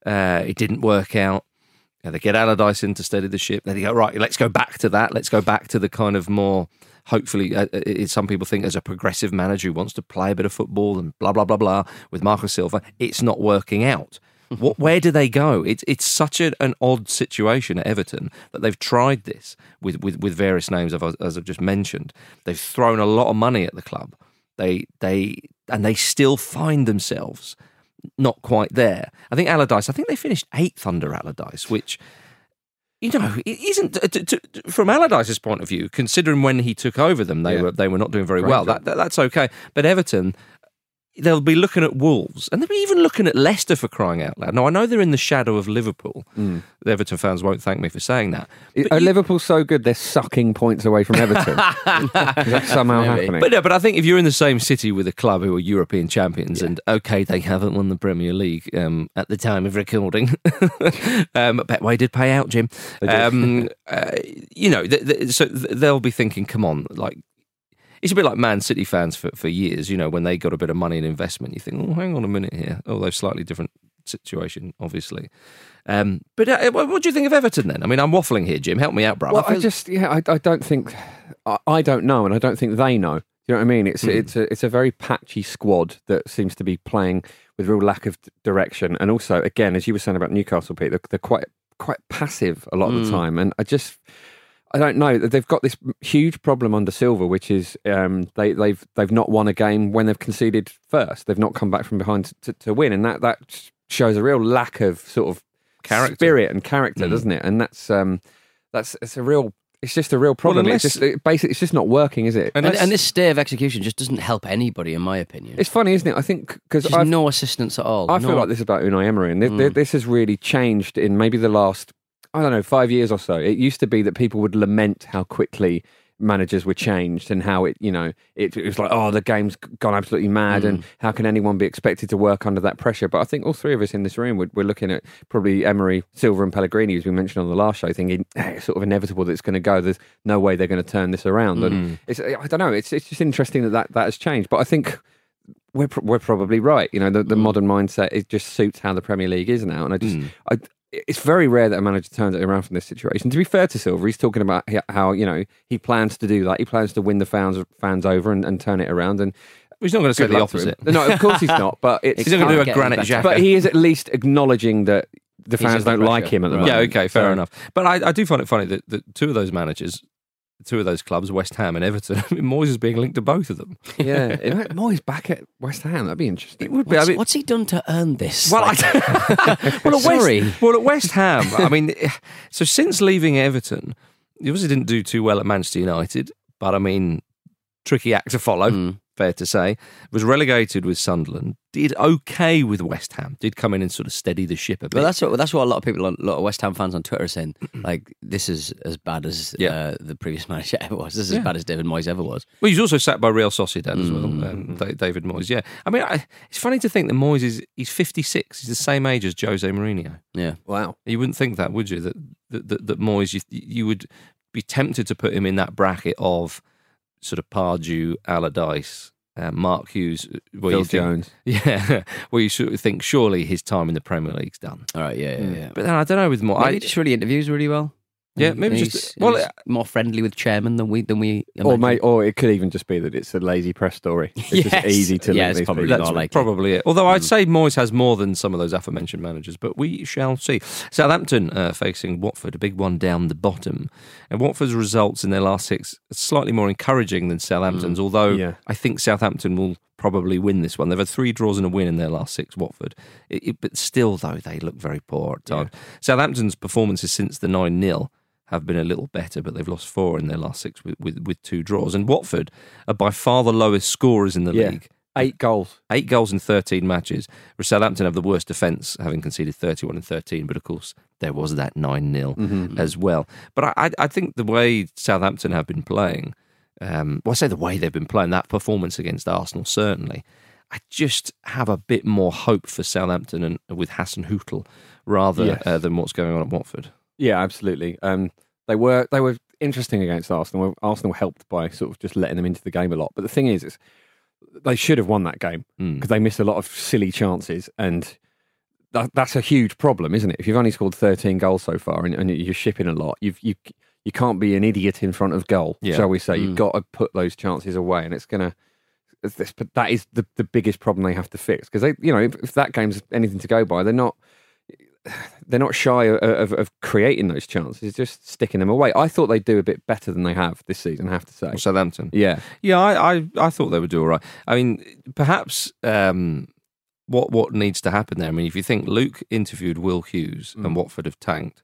Speaker 1: Uh, it didn't work out. And they get Allardyce in to steady the ship. Then they go, right, let's go back to that. Let's go back to the kind of more, hopefully, uh, uh, it- some people think as a progressive manager who wants to play a bit of football and blah, blah, blah, blah, with Marco Silva. It's not working out. What, where do they go? It's it's such an, an odd situation at Everton that they've tried this with, with, with various names, I've- as I've just mentioned. They've thrown a lot of money at the club. They they and they still find themselves not quite there. I think Allardyce. I think they finished eighth under Allardyce, which you know it isn't to, to, to- from Allardyce's point of view. Considering when he took over them, they
Speaker 6: Yeah.
Speaker 1: were they were not doing very
Speaker 6: Great
Speaker 1: well.
Speaker 6: job.
Speaker 1: That, that that's okay. But Everton, they'll be looking at Wolves, and they'll be even looking at Leicester for crying out loud. Now I know they're in the shadow of Liverpool.
Speaker 6: Mm.
Speaker 1: The Everton fans won't thank me for saying that. But
Speaker 6: uh,
Speaker 3: Are
Speaker 1: you-
Speaker 3: Liverpool so good they're sucking points away from Everton? Is that somehow happening?
Speaker 1: But no, but I think if you're in the same city with a club who are European champions, and okay, they haven't won the Premier League um, at the time of recording, um, Betway did pay out, Jim.
Speaker 6: They did.
Speaker 1: Um, uh, you know, th- th- so th- they'll be thinking, come on, like. It's a bit like Man City fans for, for years, you know, when they got a bit of money and investment, you think, oh, hang on a minute here. Although slightly different situation, obviously. Um, but uh, what what do you think of Everton then? I mean, I'm waffling here, Jim. Help me out, brother.
Speaker 3: Well, I just yeah, I, I don't think I, I don't know, and I don't think they know. You know what I mean? It's
Speaker 1: Mm.
Speaker 3: it's a it's a very patchy squad that seems to be playing with real lack of d- direction, and also again, as you were saying about Newcastle, Pete, they're, they're quite quite passive a lot of
Speaker 6: Mm.
Speaker 1: Hmm.
Speaker 3: the time, and I just I don't know. They've got this huge problem under Silver, which is um, they, they've they've not won a game when they've conceded first. They've not come back from behind to, to win, and that that shows a real lack of sort of
Speaker 1: Character.
Speaker 3: spirit and character,
Speaker 1: Mm.
Speaker 3: doesn't it? And that's um, that's it's a real it's just a real problem.
Speaker 2: unless-
Speaker 3: It's just it, basically it's just not working, is it?
Speaker 2: And, and,
Speaker 3: Let's-
Speaker 2: this stay of execution just doesn't help anybody, in my opinion.
Speaker 3: it's funny, isn't it? I think because
Speaker 2: There's
Speaker 3: I've
Speaker 2: no assistance at all.
Speaker 3: I feel
Speaker 2: No-
Speaker 3: like this about Unai Emery, and th- th-
Speaker 2: Mm.
Speaker 3: this has really changed in maybe the last, I don't know, five years or so. It used to be that people would lament how quickly managers were changed and how it, you know, it, it was like, oh, the game's gone absolutely mad, and how can anyone be expected to work under that pressure? But I think all three of us in this room, we're, we're looking at probably Emery, Silver, and Pellegrini, as we mentioned on the last show, thinking "Eh, it's sort of inevitable that it's going to go. There's no way they're going to turn this around.
Speaker 1: Mm.
Speaker 3: And it's, I don't know, it's, it's just interesting that, that that has changed. But I think we're pro- we're probably right. You know, the, the
Speaker 1: Mm.
Speaker 3: modern mindset it just suits how the Premier League is now, and I just I, it's very rare that a manager turns it around from this situation. To be fair to Silver, he's talking about he- how you know he plans to do that. He plans to win the fans fans over and, and turn it around. And
Speaker 1: He's not going to say
Speaker 3: good
Speaker 1: the
Speaker 3: luck to him.
Speaker 1: opposite.
Speaker 3: No, of course he's not. But it's
Speaker 1: He's not gonna do a
Speaker 3: can't get
Speaker 1: Granit
Speaker 3: any better.
Speaker 1: Xhaka.
Speaker 3: But he is at least acknowledging that the
Speaker 1: He's under
Speaker 3: fans don't like
Speaker 1: pressure.
Speaker 3: him at the
Speaker 1: Right.
Speaker 3: moment.
Speaker 1: Yeah, okay, fair
Speaker 3: So-
Speaker 1: enough. But I, I do find it funny that, that two of those managers, two of those clubs, West Ham and Everton, I mean, Moyes is being linked to both of them.
Speaker 3: Yeah, It might- Moyes back at West Ham. That'd be interesting. It would
Speaker 2: What's, what's he done to earn this?
Speaker 1: Well,
Speaker 2: Like-
Speaker 1: I, well, at
Speaker 2: Sorry.
Speaker 1: West, well, at West Ham, I mean, so since leaving Everton, he obviously didn't do too well at Manchester United, but I mean, tricky act to follow,
Speaker 3: Hmm.
Speaker 1: fair to say. Was relegated with Sunderland, did okay with West Ham, did come in and sort of steady the ship a bit.
Speaker 2: Well, that's what that's what a lot of people, a lot of West Ham fans on Twitter are saying. Like, this is as bad as uh, the previous manager ever was. This is
Speaker 1: Yeah.
Speaker 2: as bad as David Moyes ever was.
Speaker 1: Well, he's also sacked by Real Sociedad as well,
Speaker 3: Mm.
Speaker 1: um, Da- David Moyes. Yeah, I mean, I, it's funny to think that Moyes is he's fifty six. He's the same age as Jose Mourinho.
Speaker 2: Yeah.
Speaker 3: Wow.
Speaker 1: You wouldn't think that, would you? That that, that, that Moyes, you, you would be tempted to put him in that bracket of sort of Pardew, Allardyce, uh, Mark Hughes, where
Speaker 3: Phil
Speaker 1: you think-
Speaker 3: Jones.
Speaker 1: Yeah, where you sort of think surely his time in the Premier League's done.
Speaker 2: All right. Yeah. Yeah. yeah.
Speaker 1: But then I don't know with Moyes.
Speaker 2: Maybe
Speaker 1: I-
Speaker 2: he just really interviews really well.
Speaker 1: Hmm. Yeah, maybe
Speaker 2: He's-
Speaker 1: just well, Oh,
Speaker 2: he's more friendly with chairman than we than we.
Speaker 3: Or
Speaker 2: imagine.
Speaker 3: may, or it could even just be that it's a lazy press story. It's
Speaker 2: Yes.
Speaker 3: just easy to
Speaker 2: Yeah,
Speaker 3: link
Speaker 2: it's
Speaker 3: these
Speaker 2: probably
Speaker 3: people.
Speaker 2: not likely.
Speaker 1: Probably it. Although
Speaker 3: Mm.
Speaker 1: I'd say Moyes has more than some of those aforementioned managers, but we shall see. Southampton uh, facing Watford, a big one down the bottom. And Watford's results in their last six are slightly more encouraging than Southampton's, although
Speaker 3: Mm, Yeah.
Speaker 1: I think Southampton will probably win this one. They've had three draws and a win in their last six, Watford. It, it- but still, though, they look very poor at times. Southampton's performances since the 9 0 have been a little better, but they've lost four in their last six with, with, with two draws. And Watford are by far the lowest scorers in the
Speaker 3: Yeah.
Speaker 1: league.
Speaker 3: Eight goals.
Speaker 1: Eight goals in 13 matches. Southampton have the worst defence, having conceded 31 and 13, but of course there was that 9 0 as well. But I, I- I think the way Southampton have been playing, um, well, I say the way they've been playing, that performance against Arsenal, certainly, I just have a bit more hope for Southampton and with Hassan Hootel rather
Speaker 3: Yes.
Speaker 1: uh, than what's going on at Watford.
Speaker 3: Yeah, absolutely. Um, they were they were interesting against Arsenal. Arsenal were helped by sort of just letting them into the game a lot. But the thing is, is they should have won that game
Speaker 1: Mm.
Speaker 3: because they missed a lot of silly chances, and that, that's a huge problem, isn't it? If you've only scored thirteen goals so far and, and you're shipping a lot, you've you you can't be an idiot in front of goal,
Speaker 1: Yeah. Hmm.
Speaker 3: shall we say?
Speaker 2: Mm.
Speaker 3: You've got to put those chances away, and it's gonna. it's This, but that is the, the biggest problem they have to fix because they, you know, if, if that game's anything to go by, they're not they're not shy of, of, of creating those chances, it's just sticking them away. I thought they'd do a bit better than they have this season, I have to say.
Speaker 1: Or Southampton.
Speaker 3: Yeah.
Speaker 1: Yeah, I, I, I thought they would do all right. I mean, perhaps um, what what needs to happen there. I mean, if you think Luke interviewed Will Hughes and Watford have tanked.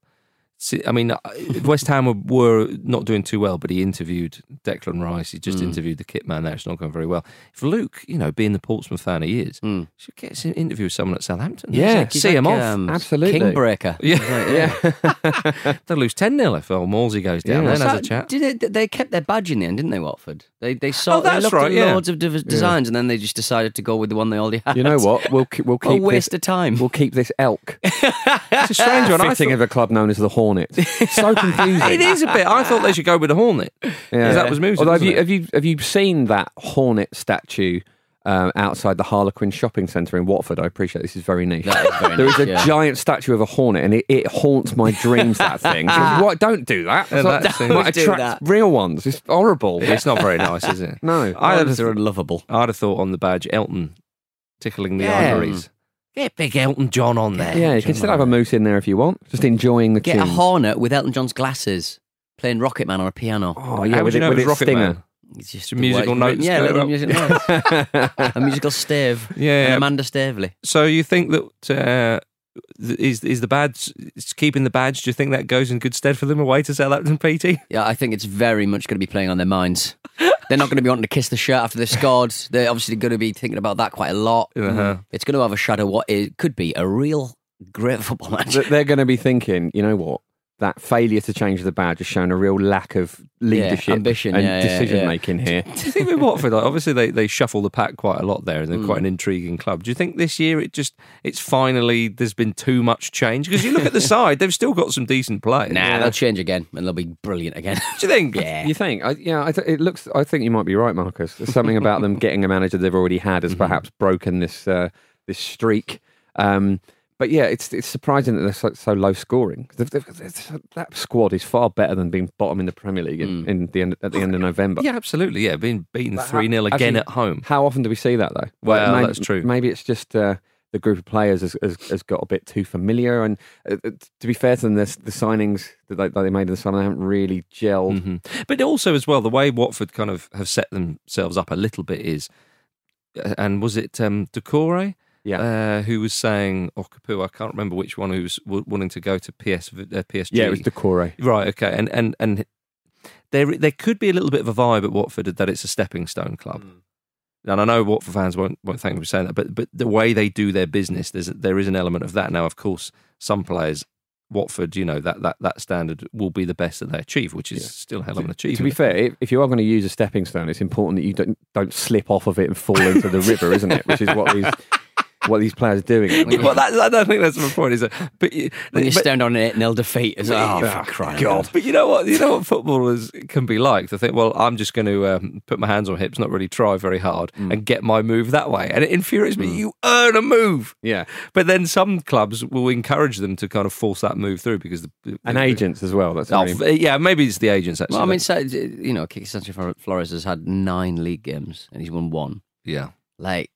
Speaker 1: See, I mean, uh, West Ham were- were not doing too well, but he interviewed Declan Rice. He just interviewed the kit man there. It's not going very well. If Luke, you know, being the Portsmouth fan he is, should get an interview with someone at Southampton.
Speaker 2: He's
Speaker 1: Just
Speaker 2: like- he's
Speaker 1: see him
Speaker 2: like,
Speaker 1: off.
Speaker 2: um,
Speaker 3: Absolutely.
Speaker 2: Kingbreaker.
Speaker 1: Yeah.
Speaker 2: He's like, yeah.
Speaker 1: They'll lose 10 0 if old Morsey goes down there
Speaker 3: Yeah.
Speaker 1: and has a
Speaker 2: So,
Speaker 1: chat.
Speaker 2: Did they, they kept their badge in the end, didn't they, Watford? They they saw
Speaker 1: Oh, that's
Speaker 2: they looked
Speaker 1: right,
Speaker 2: at
Speaker 1: yeah.
Speaker 2: loads of div- designs and then they just decided to go with the one they already had.
Speaker 3: You know what? We'll ke- we'll
Speaker 2: What a
Speaker 3: keep
Speaker 2: waste
Speaker 3: this,
Speaker 2: of time.
Speaker 3: We'll keep this elk.
Speaker 1: It's a strange one. I
Speaker 3: Fitting
Speaker 1: thought-
Speaker 3: of a club known as the Hornets. so confusing.
Speaker 1: it is a bit. I thought they should go with a hornet.
Speaker 3: Yeah.
Speaker 1: that was Musa,
Speaker 3: Although have
Speaker 1: wasn't
Speaker 3: you
Speaker 1: it?
Speaker 3: have you have you seen that Hornet statue? Um, outside the Harlequin shopping centre in Watford, I appreciate this is very niche.
Speaker 2: That is very
Speaker 3: There
Speaker 2: niche,
Speaker 3: is a
Speaker 2: yeah.
Speaker 3: giant statue of a hornet, and it, it haunts my dreams. That thing, So, what? Don't do that.
Speaker 1: Yeah,
Speaker 3: It's like-
Speaker 1: Ah, that thing.
Speaker 3: might
Speaker 2: Don't do
Speaker 3: attract
Speaker 2: that.
Speaker 3: real ones. It's horrible.
Speaker 1: It's not very nice, is it?
Speaker 3: No.
Speaker 1: I'd have,
Speaker 2: Hornets are unlovable.
Speaker 1: I'd have thought on the badge Elton tickling the
Speaker 2: Yeah.
Speaker 1: ivories. Mm. Get big Elton John on there.
Speaker 3: Yeah, you can still have a moose in there if you want. Just enjoying the
Speaker 2: Get a
Speaker 3: tunes.
Speaker 2: Hornet with Elton John's glasses playing Rocket Man on a piano.
Speaker 3: Oh
Speaker 1: How
Speaker 3: yeah,
Speaker 1: would
Speaker 3: with,
Speaker 1: you
Speaker 3: it,
Speaker 1: know
Speaker 3: with
Speaker 1: it was
Speaker 3: its
Speaker 1: Rocket
Speaker 3: stinger.
Speaker 1: Man?
Speaker 2: It's just
Speaker 1: Some musical
Speaker 2: the way-
Speaker 1: notes
Speaker 2: Yeah,
Speaker 1: going
Speaker 2: little
Speaker 1: up.
Speaker 2: musical notes. a musical stave.
Speaker 1: Yeah.
Speaker 2: And Amanda Staveley.
Speaker 1: So you think that uh, th- is is the badge is keeping the badge? Do you think that goes in good stead for them away to Southampton PT?
Speaker 2: Yeah, I think it's very much going to be playing on their minds. They're not going to be wanting to kiss the shirt after they've scored. They're obviously going to be thinking about that quite a lot. Mm.
Speaker 1: Uh-huh.
Speaker 2: It's going to overshadow what it could be a real great football match.
Speaker 3: That They're going to be thinking, you know what? That failure to change the badge has shown a real lack of leadership,
Speaker 2: ambition,
Speaker 3: and
Speaker 2: yeah, yeah, yeah.
Speaker 3: decision making here.
Speaker 1: Do you think with Watford, like, obviously they, they shuffle the pack quite a lot there, and they're quite an intriguing club. Do you think this year it just it's finally there's been too much change? Because you look at the side, they've still got some decent players.
Speaker 2: Nah, they'll change again and they'll be brilliant again.
Speaker 1: Do you think?
Speaker 2: Yeah.
Speaker 3: You think? I, yeah, I th- it looks. I think you might be right, Marcus. There's something about them getting a manager they've already had
Speaker 2: Mm-hmm.
Speaker 3: has perhaps broken this uh, this streak. Um, but yeah, it's it's surprising that they're so, so low scoring. They've- they've- it's- That squad is far better than being bottom in the Premier League
Speaker 2: Mm.
Speaker 3: in, in the end, at the end of November.
Speaker 1: Yeah, absolutely. Yeah, being beaten
Speaker 3: But how-
Speaker 1: three 0 again
Speaker 3: actually,
Speaker 1: at home.
Speaker 3: How often do we see that though?
Speaker 1: Well,
Speaker 3: maybe,
Speaker 1: that's true.
Speaker 3: Maybe it's just uh, the group of players has, has, has got a bit too familiar. And uh, uh, to be fair to them, there's- the signings that they, that they made in the summer they haven't really gelled.
Speaker 1: Mhm. But also as well, the way Watford kind of have set themselves up a little bit is, and was it um, Decore?
Speaker 3: Yeah.
Speaker 1: uh, who was saying or Kapu? I can't remember which one who was w- wanting to go to PS uh, PSG.
Speaker 3: yeah, it was Decore.
Speaker 1: right. Okay, and and and there there could be a little bit of a vibe at Watford that it's a stepping stone club.
Speaker 3: Hmm.
Speaker 1: And I know Watford fans won't won't thank me for saying that, but but the way they do their business, there's there is an element of that. Now, of course, some players. Watford, you know that, that that standard will be the best that they achieve, which is still a hell of an achievement.
Speaker 3: To be fair, if, if you are going to use a stepping stone, it's important that you don't don't slip off of it and fall into the river, isn't it? Which is what these what these players are doing.
Speaker 1: Yeah, well, that's, I don't think that's my point. Is that, but
Speaker 2: When you
Speaker 1: but-
Speaker 2: stand on it and they'll defeat as well.
Speaker 1: Yeah.
Speaker 2: Oh, for crying out
Speaker 1: God.
Speaker 2: loud.
Speaker 1: But you know what? You know what footballers can be like. They think, well, I'm just going to um, put my hands on hips, not really try very hard,
Speaker 2: Mm.
Speaker 1: and get my move that way. And it infuriates me. You earn a move.
Speaker 3: Yeah.
Speaker 1: But then some clubs will encourage them to kind of force that move through because the, the
Speaker 3: And agents as well. That's
Speaker 1: Oh,
Speaker 3: really-
Speaker 1: f- yeah, maybe it's the agents actually.
Speaker 2: Well, I mean, so, you know, Kiki Sanchez Flores has had nine league games and he's won one.
Speaker 1: yeah,
Speaker 2: Like,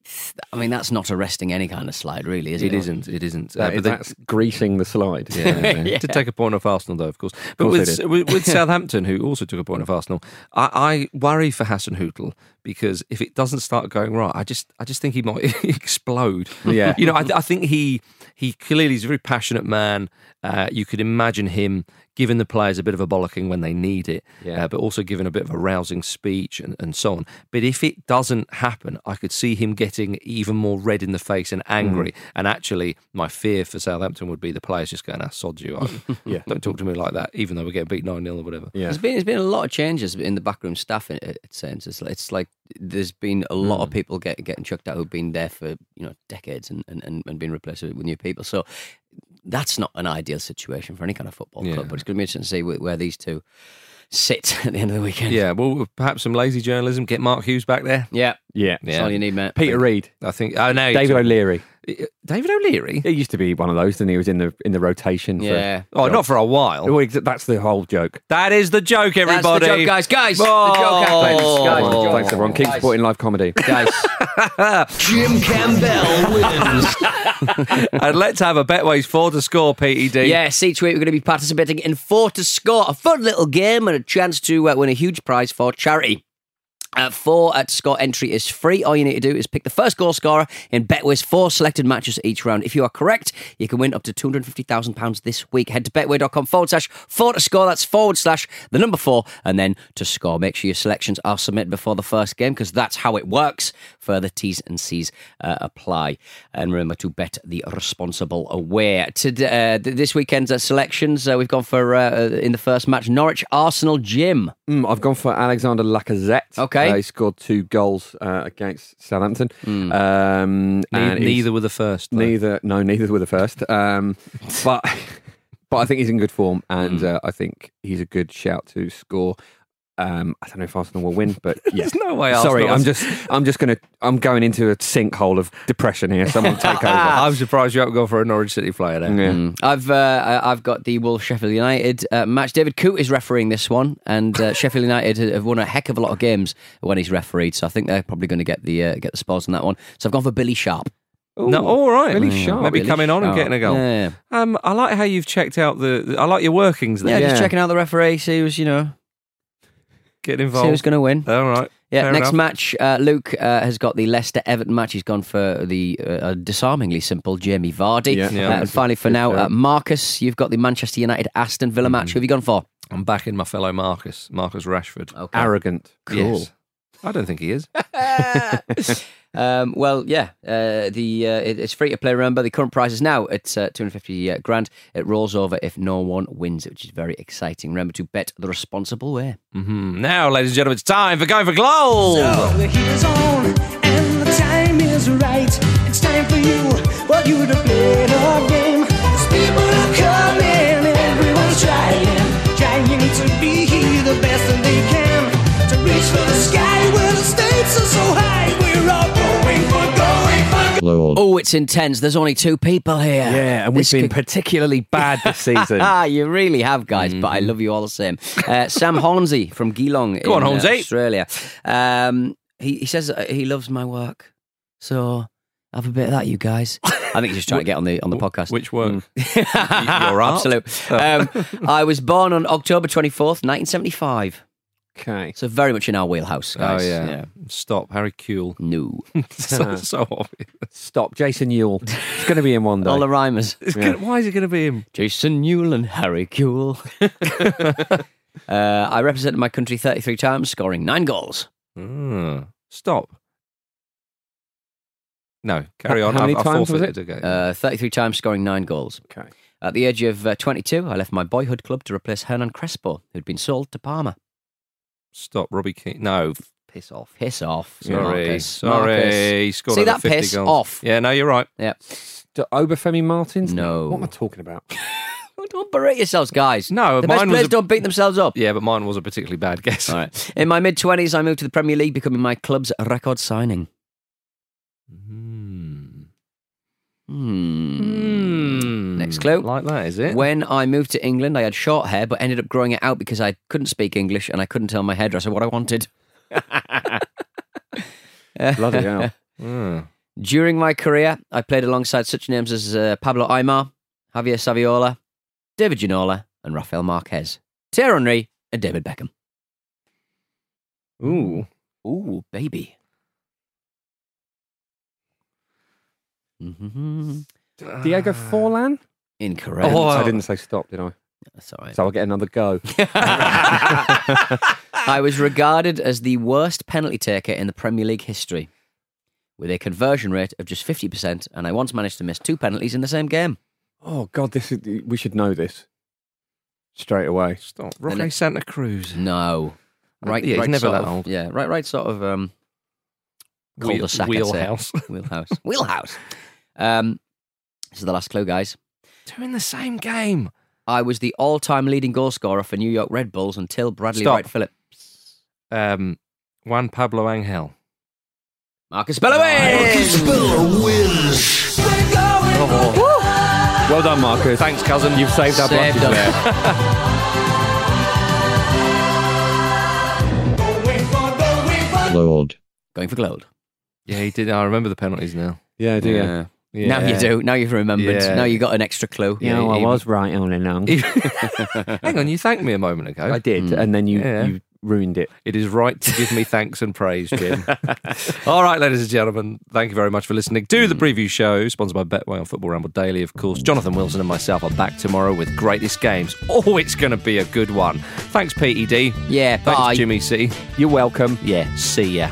Speaker 2: I mean, that's not arresting any kind of slide, really, is it?
Speaker 1: it isn't. It isn't. Uh,
Speaker 3: that-
Speaker 1: but they-
Speaker 3: that's greasing the slide.
Speaker 1: Yeah.
Speaker 2: Yeah.
Speaker 1: to take a point off Arsenal, though, of course. But
Speaker 3: course they
Speaker 1: with,
Speaker 3: did.
Speaker 1: with with Southampton, who also took a point off Arsenal, I, I worry for Hassan Hootel because if it doesn't start going right, I just I just think he might explode.
Speaker 3: Yeah.
Speaker 1: you know, I, I think he he clearly is a very passionate man. Uh, you could imagine him giving the players a bit of a bollocking when they need it,
Speaker 3: Yeah.
Speaker 1: uh, but also giving a bit of a rousing speech and, and so on. But if it doesn't happen, I could see him getting even more red in the face and angry. And actually, my fear for Southampton would be the players just going, ah, sod you. I,
Speaker 3: Yeah.
Speaker 1: Don't talk to me like that, even though we're getting beat 9 0 or whatever.
Speaker 3: Yeah.
Speaker 2: There's been there's been a lot of changes in the backroom staff. It, it seems it's like, it's like there's been a lot
Speaker 1: Mm.
Speaker 2: of people get, getting chucked out who've been there for you know decades and and, and, and being replaced with new people. So that's not an ideal situation for any kind of football
Speaker 1: Yeah.
Speaker 2: club. But it's going to be interesting to see where, where these two sit at the end of the weekend.
Speaker 1: Yeah, well, perhaps some lazy journalism. Get Mark Hughes back there.
Speaker 2: yeah.
Speaker 3: Yeah.
Speaker 2: That's all you need, mate.
Speaker 3: Peter Reid,
Speaker 1: I think. I know.
Speaker 3: David O'Leary.
Speaker 1: David O'Leary?
Speaker 3: He used to be one of those, didn't he? He was in the in the rotation.
Speaker 2: Yeah.
Speaker 3: For,
Speaker 1: Oh, not for a while.
Speaker 3: Well, exa- that's the whole joke.
Speaker 1: That is the joke,
Speaker 2: That's the
Speaker 1: everybody.
Speaker 2: joke, guys. Guys,
Speaker 1: Oh,
Speaker 2: the joke happens.
Speaker 1: thanks,
Speaker 2: guys,
Speaker 3: Come
Speaker 2: the
Speaker 3: on,
Speaker 2: joke.
Speaker 3: Oh, thanks everyone. Keep
Speaker 2: Guys.
Speaker 3: supporting live comedy.
Speaker 2: guys. Jim Campbell wins.
Speaker 1: and let's have a Betway's four to score, E PED.
Speaker 2: Yes, each week we're going to be participating in four to score, a fun little game and a chance to uh, win a huge prize for charity. Uh, four at score entry is free. All you need to do is pick the first goal scorer in Betway's four selected matches each round. If you are correct, you can win up to £250,000 this week. Head to betway.com forward slash four to score. That's forward slash the number four and then to score. Make sure your selections are submitted before the first game because that's how it works. Further T's and C's uh, apply. And remember to bet the responsible away. Today, uh, th- this weekend's uh, selections, uh, we've gone for uh, uh, in the first match Norwich Arsenal Gym.
Speaker 3: Mm, I've gone for Alexander Lacazette.
Speaker 2: Okay.
Speaker 3: Uh, he scored two goals uh, against Southampton. Um, and he's-
Speaker 1: Hmm. neither were the first. though.
Speaker 3: Neither, no, neither were the first. Um, but but I think he's in good form,
Speaker 1: Hmm.
Speaker 3: and uh, I think he's a good shout to score. Um, I don't know if Arsenal will win, but yeah.
Speaker 1: There's no way
Speaker 3: Sorry,
Speaker 1: Arsenal-
Speaker 3: I'm just I'm just gonna I'm going into a sinkhole of depression here. Someone take over.
Speaker 1: I'm surprised you haven't gone for a Norwich City player there.
Speaker 3: Yeah.
Speaker 2: Mm. I've uh, I- I've got the Wolves Sheffield United uh, match. David Coote is refereeing this one, and uh, Sheffield United have won a heck of a lot of games when he's refereed. So I think they're probably going to get the uh, get the spots on that one. So I've gone for Billy Sharp.
Speaker 1: no, all right.
Speaker 3: really sharp.
Speaker 1: Maybe
Speaker 3: Really
Speaker 1: coming on and
Speaker 3: sharp.
Speaker 1: getting a goal.
Speaker 2: Mm. Yeah.
Speaker 1: Um, I like how you've checked out the. the- I like your workings
Speaker 2: yeah,
Speaker 1: there.
Speaker 2: just
Speaker 3: Yeah.
Speaker 2: checking out the referee. See who's you know
Speaker 1: Getting
Speaker 2: see who's
Speaker 1: involved.
Speaker 2: going to win.
Speaker 1: All right.
Speaker 2: Yeah,
Speaker 1: fair
Speaker 2: next
Speaker 1: enough.
Speaker 2: match, uh, Luke uh, has got the Leicester Everton match. He's gone for the uh, uh, disarmingly simple Jamie Vardy.
Speaker 3: Yeah.
Speaker 1: Yeah.
Speaker 2: Uh, and finally, for
Speaker 3: Good
Speaker 2: now, uh,
Speaker 3: shout.
Speaker 2: Marcus, you've got the Manchester United Aston
Speaker 1: Mm-hmm.
Speaker 2: Villa match. Who have you gone for?
Speaker 1: I'm backing my fellow Marcus, Marcus Rashford.
Speaker 2: Okay.
Speaker 3: Arrogant.
Speaker 1: Yes. I don't think he is.
Speaker 2: Um, well, yeah, uh, the uh, it- it's free to play. Remember, the current price is now at uh, 250 uh, grand. It rolls over if no one wins it, which is very exciting. Remember to bet the responsible way.
Speaker 1: hmm Now, ladies and gentlemen, it's time for going for gold.
Speaker 7: The heat is on and the time is right. It's time for you, for you to play the game. 'Cause people are coming, everyone's trying, trying to be the best that they can. To reach for the sky where the stakes are so high. We're all going for going for
Speaker 2: Oh, it's intense. There's only two people here.
Speaker 3: Yeah, and we've
Speaker 2: This
Speaker 3: been
Speaker 2: could-
Speaker 3: particularly bad this season.
Speaker 2: Ah, you really have, guys, but I love you all the same. Uh, Sam Hornsey from Geelong
Speaker 1: Mm-hmm. Go on,
Speaker 2: in uh,
Speaker 1: Hornsey.
Speaker 2: Australia. Um, he, he says uh, he loves my work. So have a bit of that, you guys. I think he's just trying to get on the on the podcast.
Speaker 1: Which Oh. work?
Speaker 2: Your
Speaker 1: art?
Speaker 2: Absolute. Um, I was born on October 24th, 1975.
Speaker 3: okay.
Speaker 2: So very much in our wheelhouse, guys.
Speaker 1: Oh, yeah. Stop. Harry Kuehl.
Speaker 2: No.
Speaker 1: so, so obvious.
Speaker 3: Stop, Jason Yule. It's going to be in one day.
Speaker 2: All the rhymers.
Speaker 1: It's gonna- why is it going to be him?
Speaker 2: Jason Newell and Harry Kuehl. uh, I represented my country 33 times, scoring nine goals.
Speaker 1: Mm. Stop. No, carry
Speaker 3: How-
Speaker 1: on.
Speaker 3: how many
Speaker 1: I've, I've
Speaker 3: times was
Speaker 1: forfeited again.
Speaker 2: Uh, 33 times, scoring nine goals.
Speaker 3: Okay.
Speaker 2: At the age of uh, 22, I left my boyhood club to replace Hernan Crespo, who'd been sold to Parma.
Speaker 1: Stop, Robbie Keane. No, f- piss off.
Speaker 2: Piss off.
Speaker 1: Sorry,
Speaker 2: Marcus.
Speaker 1: sorry.
Speaker 2: Marcus.
Speaker 1: He scored
Speaker 2: See
Speaker 1: over
Speaker 2: that
Speaker 1: 50
Speaker 2: piss
Speaker 1: goals.
Speaker 2: off.
Speaker 1: Yeah, no, you're right.
Speaker 2: Yeah.
Speaker 3: Oberfemi Martins?
Speaker 2: No.
Speaker 3: What am I talking about?
Speaker 2: Don't berate yourselves, guys.
Speaker 1: No,
Speaker 2: the
Speaker 1: mine
Speaker 2: best
Speaker 1: was
Speaker 2: players
Speaker 1: a-
Speaker 2: don't beat themselves up.
Speaker 1: Yeah, but mine was a particularly bad guess.
Speaker 2: All right. In my mid twenties, I moved to the Premier League, becoming my club's record signing. Hmm. Next clue.
Speaker 1: Hmm. Like that, is it?
Speaker 2: When I moved to England, I had short hair, but ended up growing it out because I couldn't speak English and I couldn't tell my hairdresser what I wanted.
Speaker 3: Bloody hell.
Speaker 1: Hmm.
Speaker 2: During my career, I played alongside such names as uh, Pablo Aymar, Javier Saviola, David Ginola, and Rafael Marquez, Thierry Henry, and David Beckham.
Speaker 1: Ooh.
Speaker 2: Ooh, baby. Mhm.
Speaker 3: Diego Forlan?
Speaker 2: Incorrect.
Speaker 3: I didn't say stop, did I?
Speaker 2: That's all right.
Speaker 3: So I'll get another go.
Speaker 2: I was regarded as the worst penalty taker in the Premier League history, with a conversion rate of just 50%, and I once managed to miss two penalties in the same game.
Speaker 3: oh God, this is we should know this. Straight away.
Speaker 1: Stop. Roque Santa Cruz.
Speaker 2: No. Right,
Speaker 1: Yeah, he's
Speaker 2: right
Speaker 1: never
Speaker 2: sort
Speaker 1: that
Speaker 2: of-
Speaker 1: old.
Speaker 2: Yeah, right, right sort of um,
Speaker 1: Wheel-
Speaker 2: cul-de-sac, I'd
Speaker 1: wheelhouse.
Speaker 2: say. Wheelhouse. wheelhouse. Um, this is the last clue, guys.
Speaker 1: Two in the same game.
Speaker 2: I was the all-time leading goal scorer for New York Red Bulls until Bradley
Speaker 1: Stop.
Speaker 2: Wright Phillips.
Speaker 1: Um, Juan Pablo Angel.
Speaker 2: Marcus Belloway!
Speaker 3: Well done, Marcus.
Speaker 1: Thanks, cousin.
Speaker 3: You've saved our
Speaker 2: Saved
Speaker 3: blushes
Speaker 2: us.
Speaker 3: there.
Speaker 8: Lord.
Speaker 2: Going for gold.
Speaker 1: Yeah, he did. I remember the penalties now.
Speaker 3: Yeah, do you?
Speaker 1: Yeah.
Speaker 2: Now you do. Now you've remembered.
Speaker 1: Yeah.
Speaker 2: Now you got an extra clue.
Speaker 1: Yeah,
Speaker 3: No, I
Speaker 1: he-
Speaker 3: was right all along.
Speaker 1: Hang on, you thanked me a moment ago.
Speaker 3: I did, and then you,
Speaker 1: Yeah.
Speaker 3: you ruined it.
Speaker 1: It is right to give me thanks and praise, Jim. All right, ladies and gentlemen, thank you very much for listening to the preview show, sponsored by Betway on Football Ramble Daily, of course. Jonathan Wilson and myself are back tomorrow with greatest games. Oh, it's going to be a good one. Thanks, PED.
Speaker 2: Yeah,
Speaker 1: Thanks,
Speaker 2: bye.
Speaker 1: Jimmy C.
Speaker 3: You're welcome.
Speaker 1: Yeah, see ya.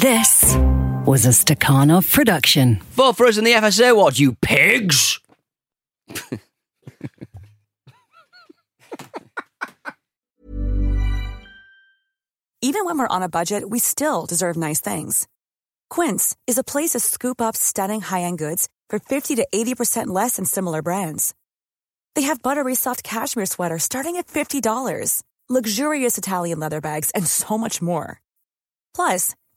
Speaker 9: This was a Stakhanov production.
Speaker 2: Vote for us in the FSA What you pigs!
Speaker 10: Even when we're on a budget, we still deserve nice things. Quince is a place to scoop up stunning high end goods for 50 to 80% less than similar brands. They have buttery soft cashmere sweaters starting at $50, luxurious Italian leather bags, and so much more. Plus,